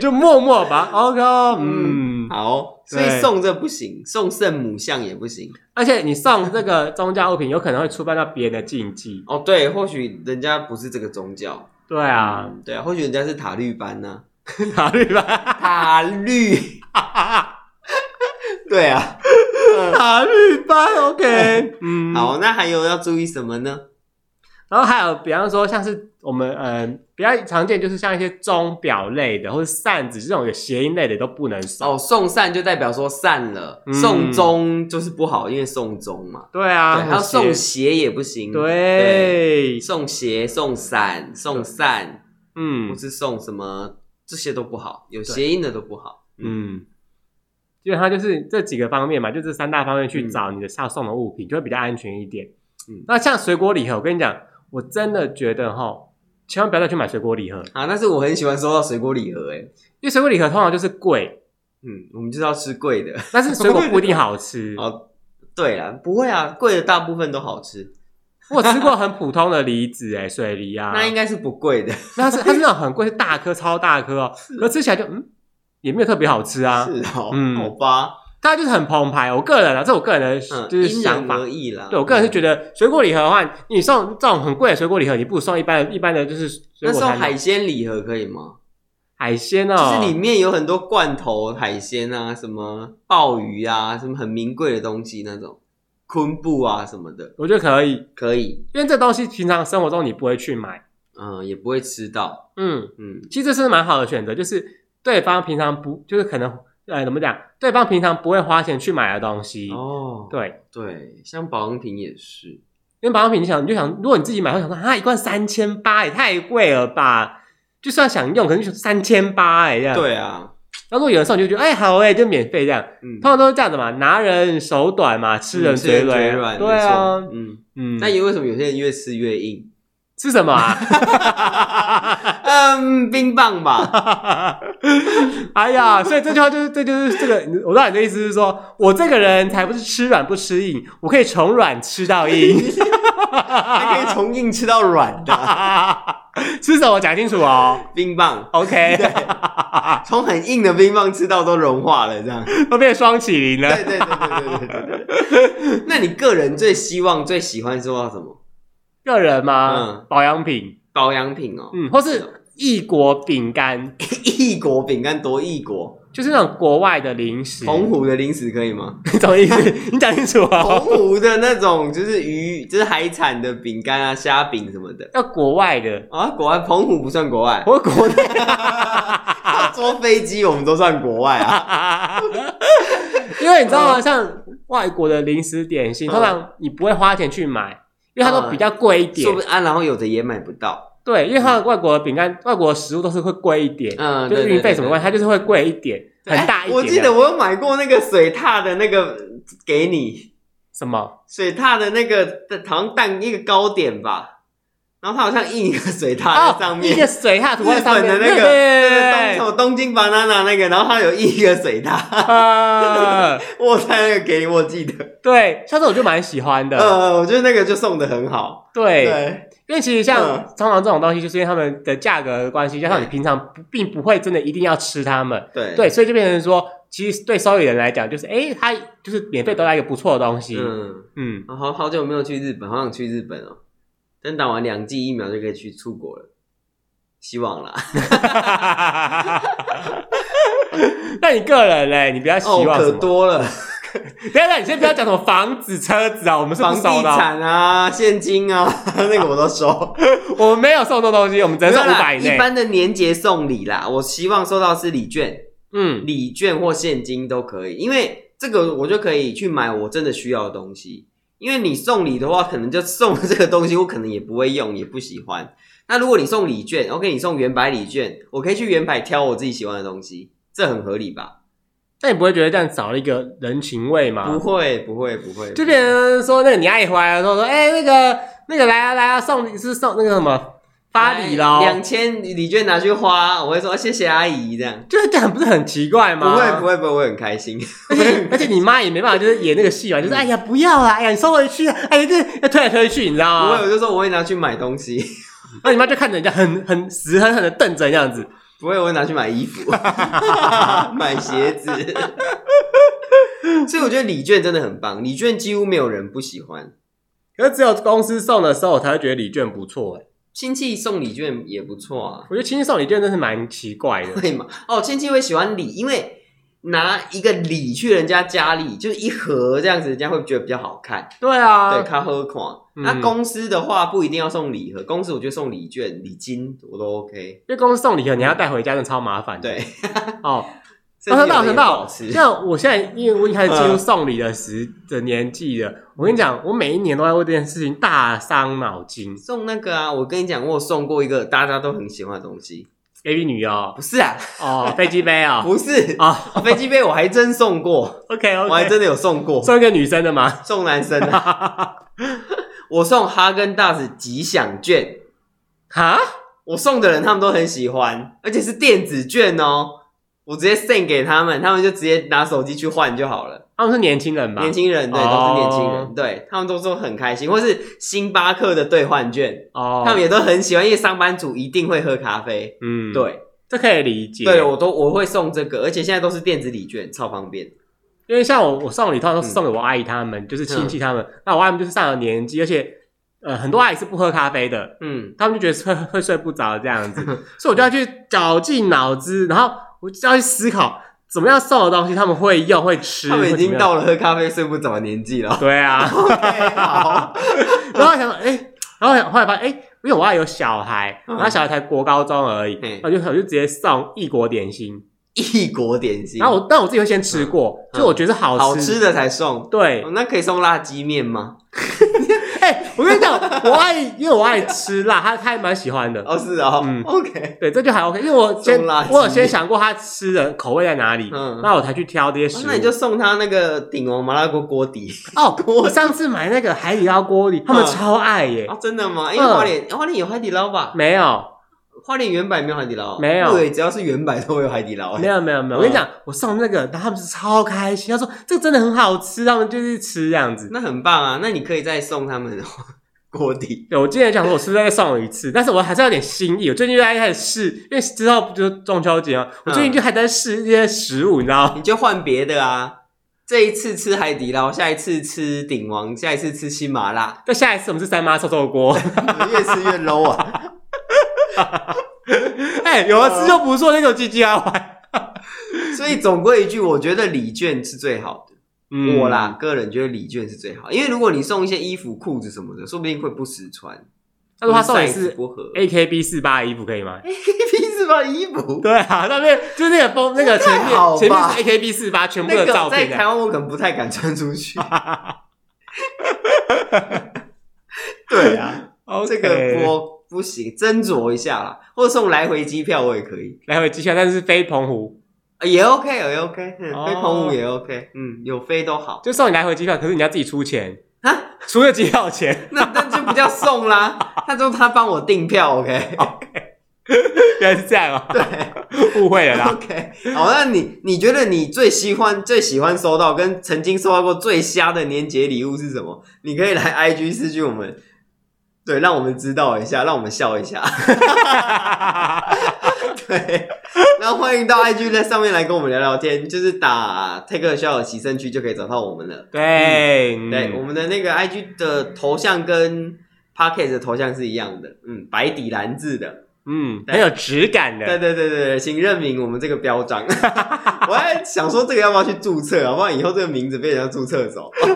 S2: 就默默把它哦 OK，嗯。
S1: 好，所
S2: 对
S1: 以送这不行，送圣母像也不行。
S2: 而且你送这个宗教物品，有可能会触犯到别人的禁忌。
S1: 哦，对，或许人家不是这个宗教
S2: 对啊，
S1: 嗯对啊，或许人家是塔绿班呢、
S2: 法律 (laughs) 吧，
S1: 塔绿， (laughs) 对啊。
S2: 法律班 OK，
S1: (laughs)
S2: 嗯，
S1: 好，那还有要注意什么呢？
S2: 然后还有，比方说像是我们呃比较常见，就是像一些钟表类的，或者扇子这种有谐音类的都不能送。
S1: 哦，送散就代表说散了，
S2: 嗯
S1: 送钟就是不好，因为送钟嘛。
S2: 对啊，
S1: 对，还有
S2: 很谐
S1: 送鞋也不行。
S2: 对，
S1: 送鞋、送伞、送伞，
S2: 嗯
S1: 或是送什么，这些都不好，有谐音的都不好。
S2: 嗯，基本上就是这几个方面嘛，就这三大方面去找你的要送的物品，就会比较安全一点。
S1: 嗯
S2: 那像水果礼盒，我跟你讲，我真的觉得哈，千万不要再去买水果礼盒，
S1: 啊，但是我很喜欢收到水果礼盒，哎，
S2: 因为水果礼盒通常就是贵，
S1: 嗯，我们就是要吃贵的。。
S2: 但是水果不一定好吃
S1: (laughs) 哦，对啦，不会啊，贵的大部分都好吃，
S2: 我吃过很普通的梨子、哎，水梨啊，
S1: 那应该是不贵的。
S2: (laughs) 那它是它是那种很贵，是大颗超大颗哦，可吃起来就嗯，也没有特别好吃啊。
S1: 是哦，
S2: 嗯
S1: 好吧，
S2: 大家就是很澎湃。我个人啊，这我个人的
S1: 嗯，
S2: 就是
S1: 因
S2: 想
S1: 人
S2: 法。
S1: 而异嗯啦。
S2: 对我个人是觉得水果礼盒的话，你送这种很贵的水果礼盒，你不如送一般的一般的就是水
S1: 那
S2: 果
S1: 送
S2: 摊
S1: 海鲜礼盒可以吗？
S2: 海鲜哦，
S1: 就是里面有很多罐头、海鲜啊，什么鲍鱼啊，什么很名贵的东西那种，昆布啊什么的，
S2: 我觉得可以，
S1: 可以，
S2: 因为这东西平常生活中你不会去买。
S1: 嗯、也不会吃到，
S2: 嗯，
S1: 嗯，
S2: 其实这是蛮好的选择，就是对方平常不就是可能呃怎么讲，对方平常不会花钱去买的东西。
S1: 哦，
S2: 对，
S1: 对，像保养品也是，
S2: 因为保养品，你想你就想，如果你自己买，会想说啊，一罐三千八也太贵了吧？就算想用，可能就三千八哎这样。。
S1: 对啊，
S2: 然后如果有人送，你就觉得哎、好哎、就免费这样。
S1: 嗯
S2: 通，常都是这样子嘛，拿人手短嘛，吃人
S1: 嗯
S2: 嘴
S1: 嘴
S2: 软。
S1: 软，
S2: 对
S1: 没
S2: 啊
S1: 错，嗯，
S2: 嗯，
S1: 那也为什么有些人越吃越硬？
S2: 吃什么啊？
S1: 嗯，冰棒
S2: (laughs)
S1: 吧，
S2: (laughs) 哎呀，所以这句话就是，这就是这个，我知道你的意思是说，我这个人才不是吃软不吃硬，我可以从软吃到硬。 (laughs)
S1: 还可以从硬吃到软的
S2: 吃什么讲清楚哦
S1: 冰棒，
S2: ，OK，
S1: 对，从很硬的冰棒吃到都融化了，这样。
S2: 都变双起灵了。
S1: 对对对对对对对对。那你个人最希望、最喜欢收到什么
S2: 个人吗？
S1: 嗯
S2: 保养品，
S1: 保养品哦？
S2: 嗯，或
S1: 是哦
S2: 是异国饼干，
S1: 异国饼干多异国，
S2: 就是那种国外的零食。
S1: 澎湖的零食可以
S2: (laughs)
S1: 吗？
S2: 什么意思？你讲清楚
S1: 澎
S2: 哦。
S1: 湖的那种就是鱼，就是海产的饼干啊、虾饼什么的
S2: 要国外的，
S1: 啊。国外澎湖不算国
S2: (laughs)
S1: 外，
S2: 我国内。
S1: 他坐飞机我们都算国外
S2: (laughs)
S1: 啊。
S2: 因为你知道吗？像外国的零食点心，通常你不会花钱去买，因为它都比较贵一
S1: 说
S2: 点
S1: 不。啊，然后有的也买不到。
S2: 对，因为它的外国的饼干、外国的食物都是会贵一点，
S1: 嗯，
S2: 就
S1: 对
S2: 是运费什么关系，它
S1: 系？
S2: 就是会贵一点，很大一
S1: 哎我记
S2: 点
S1: 得
S2: 的。
S1: 我有买过那个水獭的那个给你，
S2: 什么？
S1: 水獭的那个好像蛋一个糕点吧，然后它好像印一个水獭
S2: 哦
S1: 在上，
S2: 一
S1: 面。
S2: 个水獭
S1: 日
S2: 图案上
S1: 本
S2: 面
S1: 的那个，
S2: 对
S1: 对
S2: 对
S1: 对，
S2: 对
S1: 东
S2: 对
S1: 什么东京 banana 那个，然后它有印一个水獭， (laughs)
S2: 啊，
S1: 我在那个给你，我记得，
S2: (laughs) 对，像这种就蛮喜欢的。
S1: 呃，我觉得那个就送的很好，
S2: 对，
S1: 对，
S2: 因为其实像
S1: 嗯
S2: 通常这种东西，就是因为他们的价格的关系，加上你平常不并不会真的一定要吃它们，
S1: 对，
S2: 对，所以就变成说，其实对收银人来讲，就是哎，他就是免费得到一个不错的东西。
S1: 嗯，
S2: 嗯， (laughs)
S1: 好好久没有去日本，好想去日本哦，等打完两剂疫苗就可以去出国了，希望啦。
S2: 那你个人嘞，你不要希
S1: 哦，
S2: 望什
S1: 可
S2: 么？
S1: 多
S2: (laughs)
S1: 了，
S2: 等一下，你先不要讲什么房子、车子啊，我们是不
S1: 房
S2: 收
S1: 地
S2: 的哦，
S1: 产啊，现金啊， (laughs) 那个我都收。
S2: 我们没有送这种东西，我们只能送
S1: 没
S2: 五
S1: 有啦
S2: 百以内
S1: 一。般的年节送礼啦，我希望收到是礼券，
S2: 嗯，
S1: 礼券或现金都可以，因为这个我就可以去买我真的需要的东西。因为你送礼的话，可能就送了这个东西，我可能也不会用，也不喜欢。那如果你送礼券，OK，你送原牌礼券，我可以去原牌挑我自己喜欢的东西，这很合理吧？
S2: 那你不会觉得这样少了一个人情味吗？
S1: 不会，不会，不会，
S2: 就变成说那个你阿姨回来的时候说，哎、那个那个来啊来啊，送是送那个什么发礼喽，
S1: 哎两千礼券拿去花，我会说哦谢谢阿姨这样。
S2: 就是这样不是很奇怪
S1: 不
S2: 吗？
S1: 会，不会，不会，我会很开
S2: (laughs)
S1: 心。
S2: 而且而且你妈也没办法，就是演那个戏
S1: 嗯
S2: 嘛，就是哎呀不要啦，哎呀你收回去啊，哎呀这要推来推去，你知道
S1: 不会，
S2: 吗
S1: 我？就说我会拿去买东西，
S2: 那你妈就看着人家很很死狠狠的瞪着这样子，
S1: 不会，我会拿去买衣 (laughs) 服、买鞋子。所以我觉得礼券真的很棒，礼券几乎没有人不喜欢。
S2: 可是只有公司送的时候，我才会觉得礼券不错哎、
S1: 亲戚送礼券也不错啊，
S2: 我觉得亲戚送礼券真是蛮奇怪的，
S1: 会吗？哦，亲戚会喜欢礼，因为拿一个礼去人家家里，就是一盒这样子，人家会觉得比较好看。
S2: 对
S1: 对，
S2: 啊，
S1: 他喝款。
S2: 嗯
S1: 那公司的话不一定要送礼盒，公司我觉得送礼券、礼金我都 OK。
S2: 因为公司送礼盒你要带回家，真的超麻烦的。
S1: 对，
S2: 哦，
S1: 甚
S2: 我
S1: 至 (laughs)
S2: 想
S1: 有的也
S2: 到想
S1: 不啊好
S2: 到，
S1: 吃。
S2: 像我现在因为我已经开始进
S1: 嗯
S2: 入送礼的时的年纪了，我跟你讲，我每一年都在为这件事情大伤脑筋。
S1: 送那个啊，我跟你讲，我有送过一个大家都很喜欢的东西，
S2: A B 女哦，
S1: 不是啊， (laughs)
S2: 哦，飞机杯哦，
S1: 不是
S2: 啊
S1: 飞机杯，我还真送过，
S2: ，OK
S1: 我还
S2: OK，
S1: 真的有送过，
S2: 送一个女生的吗？
S1: 送男
S2: (laughs)
S1: 生啊，我送哈根达斯吉祥券，
S2: 哈，
S1: 我送的人他们都很喜欢，而且是电子券哦，我直接 send 给他们，他们就直接拿手机去换就好了。
S2: 啊他们是年轻人吧？
S1: 年轻人对，都
S2: 哦
S1: 是年轻人，对他们都说很开心，或是星巴克的兑换券，
S2: 哦，
S1: 他们也都很喜欢，因为上班族一定会喝咖啡。
S2: 嗯，，
S1: 对
S2: 这可以理解。
S1: 对，我都我会送这个，而且现在都是电子礼券，超方便。
S2: 因为像我，我送礼通常
S1: 嗯
S2: 都是送给我阿姨他们，就是亲戚他们。那我阿姨就是上了年纪，而且呃，很多阿姨是不喝咖啡的，
S1: 嗯，
S2: 他们就觉得睡会睡不着这样子， (laughs) 所以我就要去绞尽脑汁，然后我就要去思考怎么样送的东西他们会用会吃。
S1: 他们已
S2: 会怎
S1: 经
S2: 么样
S1: 到了喝咖啡睡不着的年纪 (laughs) 了。
S2: 对啊，
S1: 好，
S2: 然后想哎、然后想后来发现哎、因为我阿姨有小孩，
S1: 嗯
S2: 然后小孩才国高中而已，
S1: 嗯
S2: 我就我就直接送异国点心，
S1: 异国点心，
S2: 然后我但我自己会先吃过，
S1: 嗯
S2: 就我觉得是好吃。
S1: 好吃的才送。 (laughs)
S2: 对
S1: 哦，那可以送辣鸡面吗？
S2: 哎、我跟你讲，我阿姨因为我阿姨吃辣，她她还蛮喜欢的。
S1: 哦，是哦
S2: 嗯
S1: ，OK，
S2: 对，这就还 OK，因为我先
S1: 送辣鸡
S2: 我有先想过她吃的口味在哪里，
S1: 嗯
S2: 那我才去挑这些
S1: 哦
S2: 食物。
S1: 那你就送他那个鼎王麻辣锅锅底
S2: 哦，我上次买那个海底捞锅底，他们
S1: 嗯
S2: 超爱耶。
S1: 啊？真的吗？因为
S2: 嗯
S1: 花莲花莲有海底捞吧？
S2: 没有，
S1: 哦花莲原版没有海底捞，
S2: 没有
S1: 对，只要是原版都会有海底捞。哎
S2: 没有，没有，没有。我跟你讲，
S1: 嗯
S2: 我送那个，然后他们是超开心，他说这个真的很好吃，他们就是吃这样子。
S1: 那很棒啊！那你可以再送他们 (laughs) 锅底。
S2: 对，我今年想说，我是不是再送一次？但是我还是要有点新意。我最近就在开始试，因为之后不就是中秋节吗？我最
S1: 嗯
S2: 近就还在试一些食物，你知道吗？
S1: 你就换别的啊。这一次吃海底捞，下一次吃鼎王，下一次吃新麻辣， (laughs)
S2: 那下一次我们是三妈臭臭锅，
S1: 越吃越 low 啊！
S2: 哎、有了吃就不错，那种唧唧歪歪。
S1: (laughs) 所以总归一句，我觉得礼券是最好的。
S2: 嗯
S1: 我啦，，个人觉得礼券是最好，因为如果你送一些衣服、裤子什么的，说不定会不实穿。
S2: 他说他送的
S1: size
S2: 是哎
S1: 不合， (laughs)
S2: A K B 四八的衣服可以吗？
S1: 凭什么衣服？
S2: (laughs) 对啊，上面就是那个风，那个前
S1: 太好
S2: 面
S1: 吧
S2: 前面是 A K B 四八全部
S1: 那
S2: 的
S1: 个
S2: 照
S1: 在
S2: 片、
S1: 台
S2: 啊。
S1: 湾我可能不太敢穿出
S2: (laughs)
S1: 去。对啊，这个我不行，斟酌一下啦，或者送来回机票我也可以，
S2: 来回机票，但是飞澎湖，
S1: 呃也 OK，也 OK，嗯
S2: 哦
S1: 飞澎湖也 OK，嗯，有飞都好。
S2: 就送你来回机票，可是你要自己出钱
S1: 啊，
S2: 出了机票钱， (laughs)
S1: 那那就不叫送啦，他说他帮我订票，OK，
S2: 原来是这样啊、
S1: 对
S2: (laughs) 误会了啦。
S1: (laughs) ，OK，好，那你你觉得你最喜欢最喜欢收到跟曾经收到过最瞎的年节礼物是什么？你可以来 (laughs) IG 私讯我们，对，让我们知道一下，让我们笑一下， (laughs) 对，然后欢迎到 IG 在上面来跟我们聊聊天，就是打 Take a Shot 起身区就可以找到我们了。
S2: 对，嗯
S1: 对，我们的那个 IG 的头像跟 Pocket 的头像是一样的，嗯，白底蓝字的。
S2: 嗯，很有质感的。
S1: 对对对对，对请认明我们这个标章。我还想说这个要不要去注册啊，不然以后这个名字被人家注册走。哎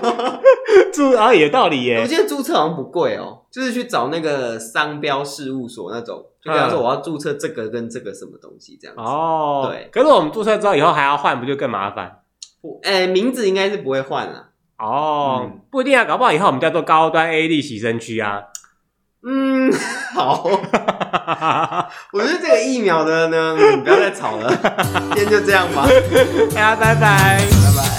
S2: 住啊，有道理
S1: 我
S2: 耶。
S1: 记得注册好像不贵哦，就是去找那个商标事务所那种，就跟他说我要注册这个跟这个什么东西这样子。
S2: 哦，
S1: 对
S2: 可是我们注册之后以后还要换，不就更麻烦？
S1: 不，哎，名字应该是不会换啦。
S2: 哦，
S1: 嗯
S2: 不一定啊，搞不好以后我们叫做高端 A 利洗身区
S1: (laughs)
S2: 啊。 (laughs)
S1: 嗯， (laughs) 好，我觉得这个疫苗的呢，嗯不要再吵了，今天就这样吧，
S2: 大家拜拜。
S1: 拜拜。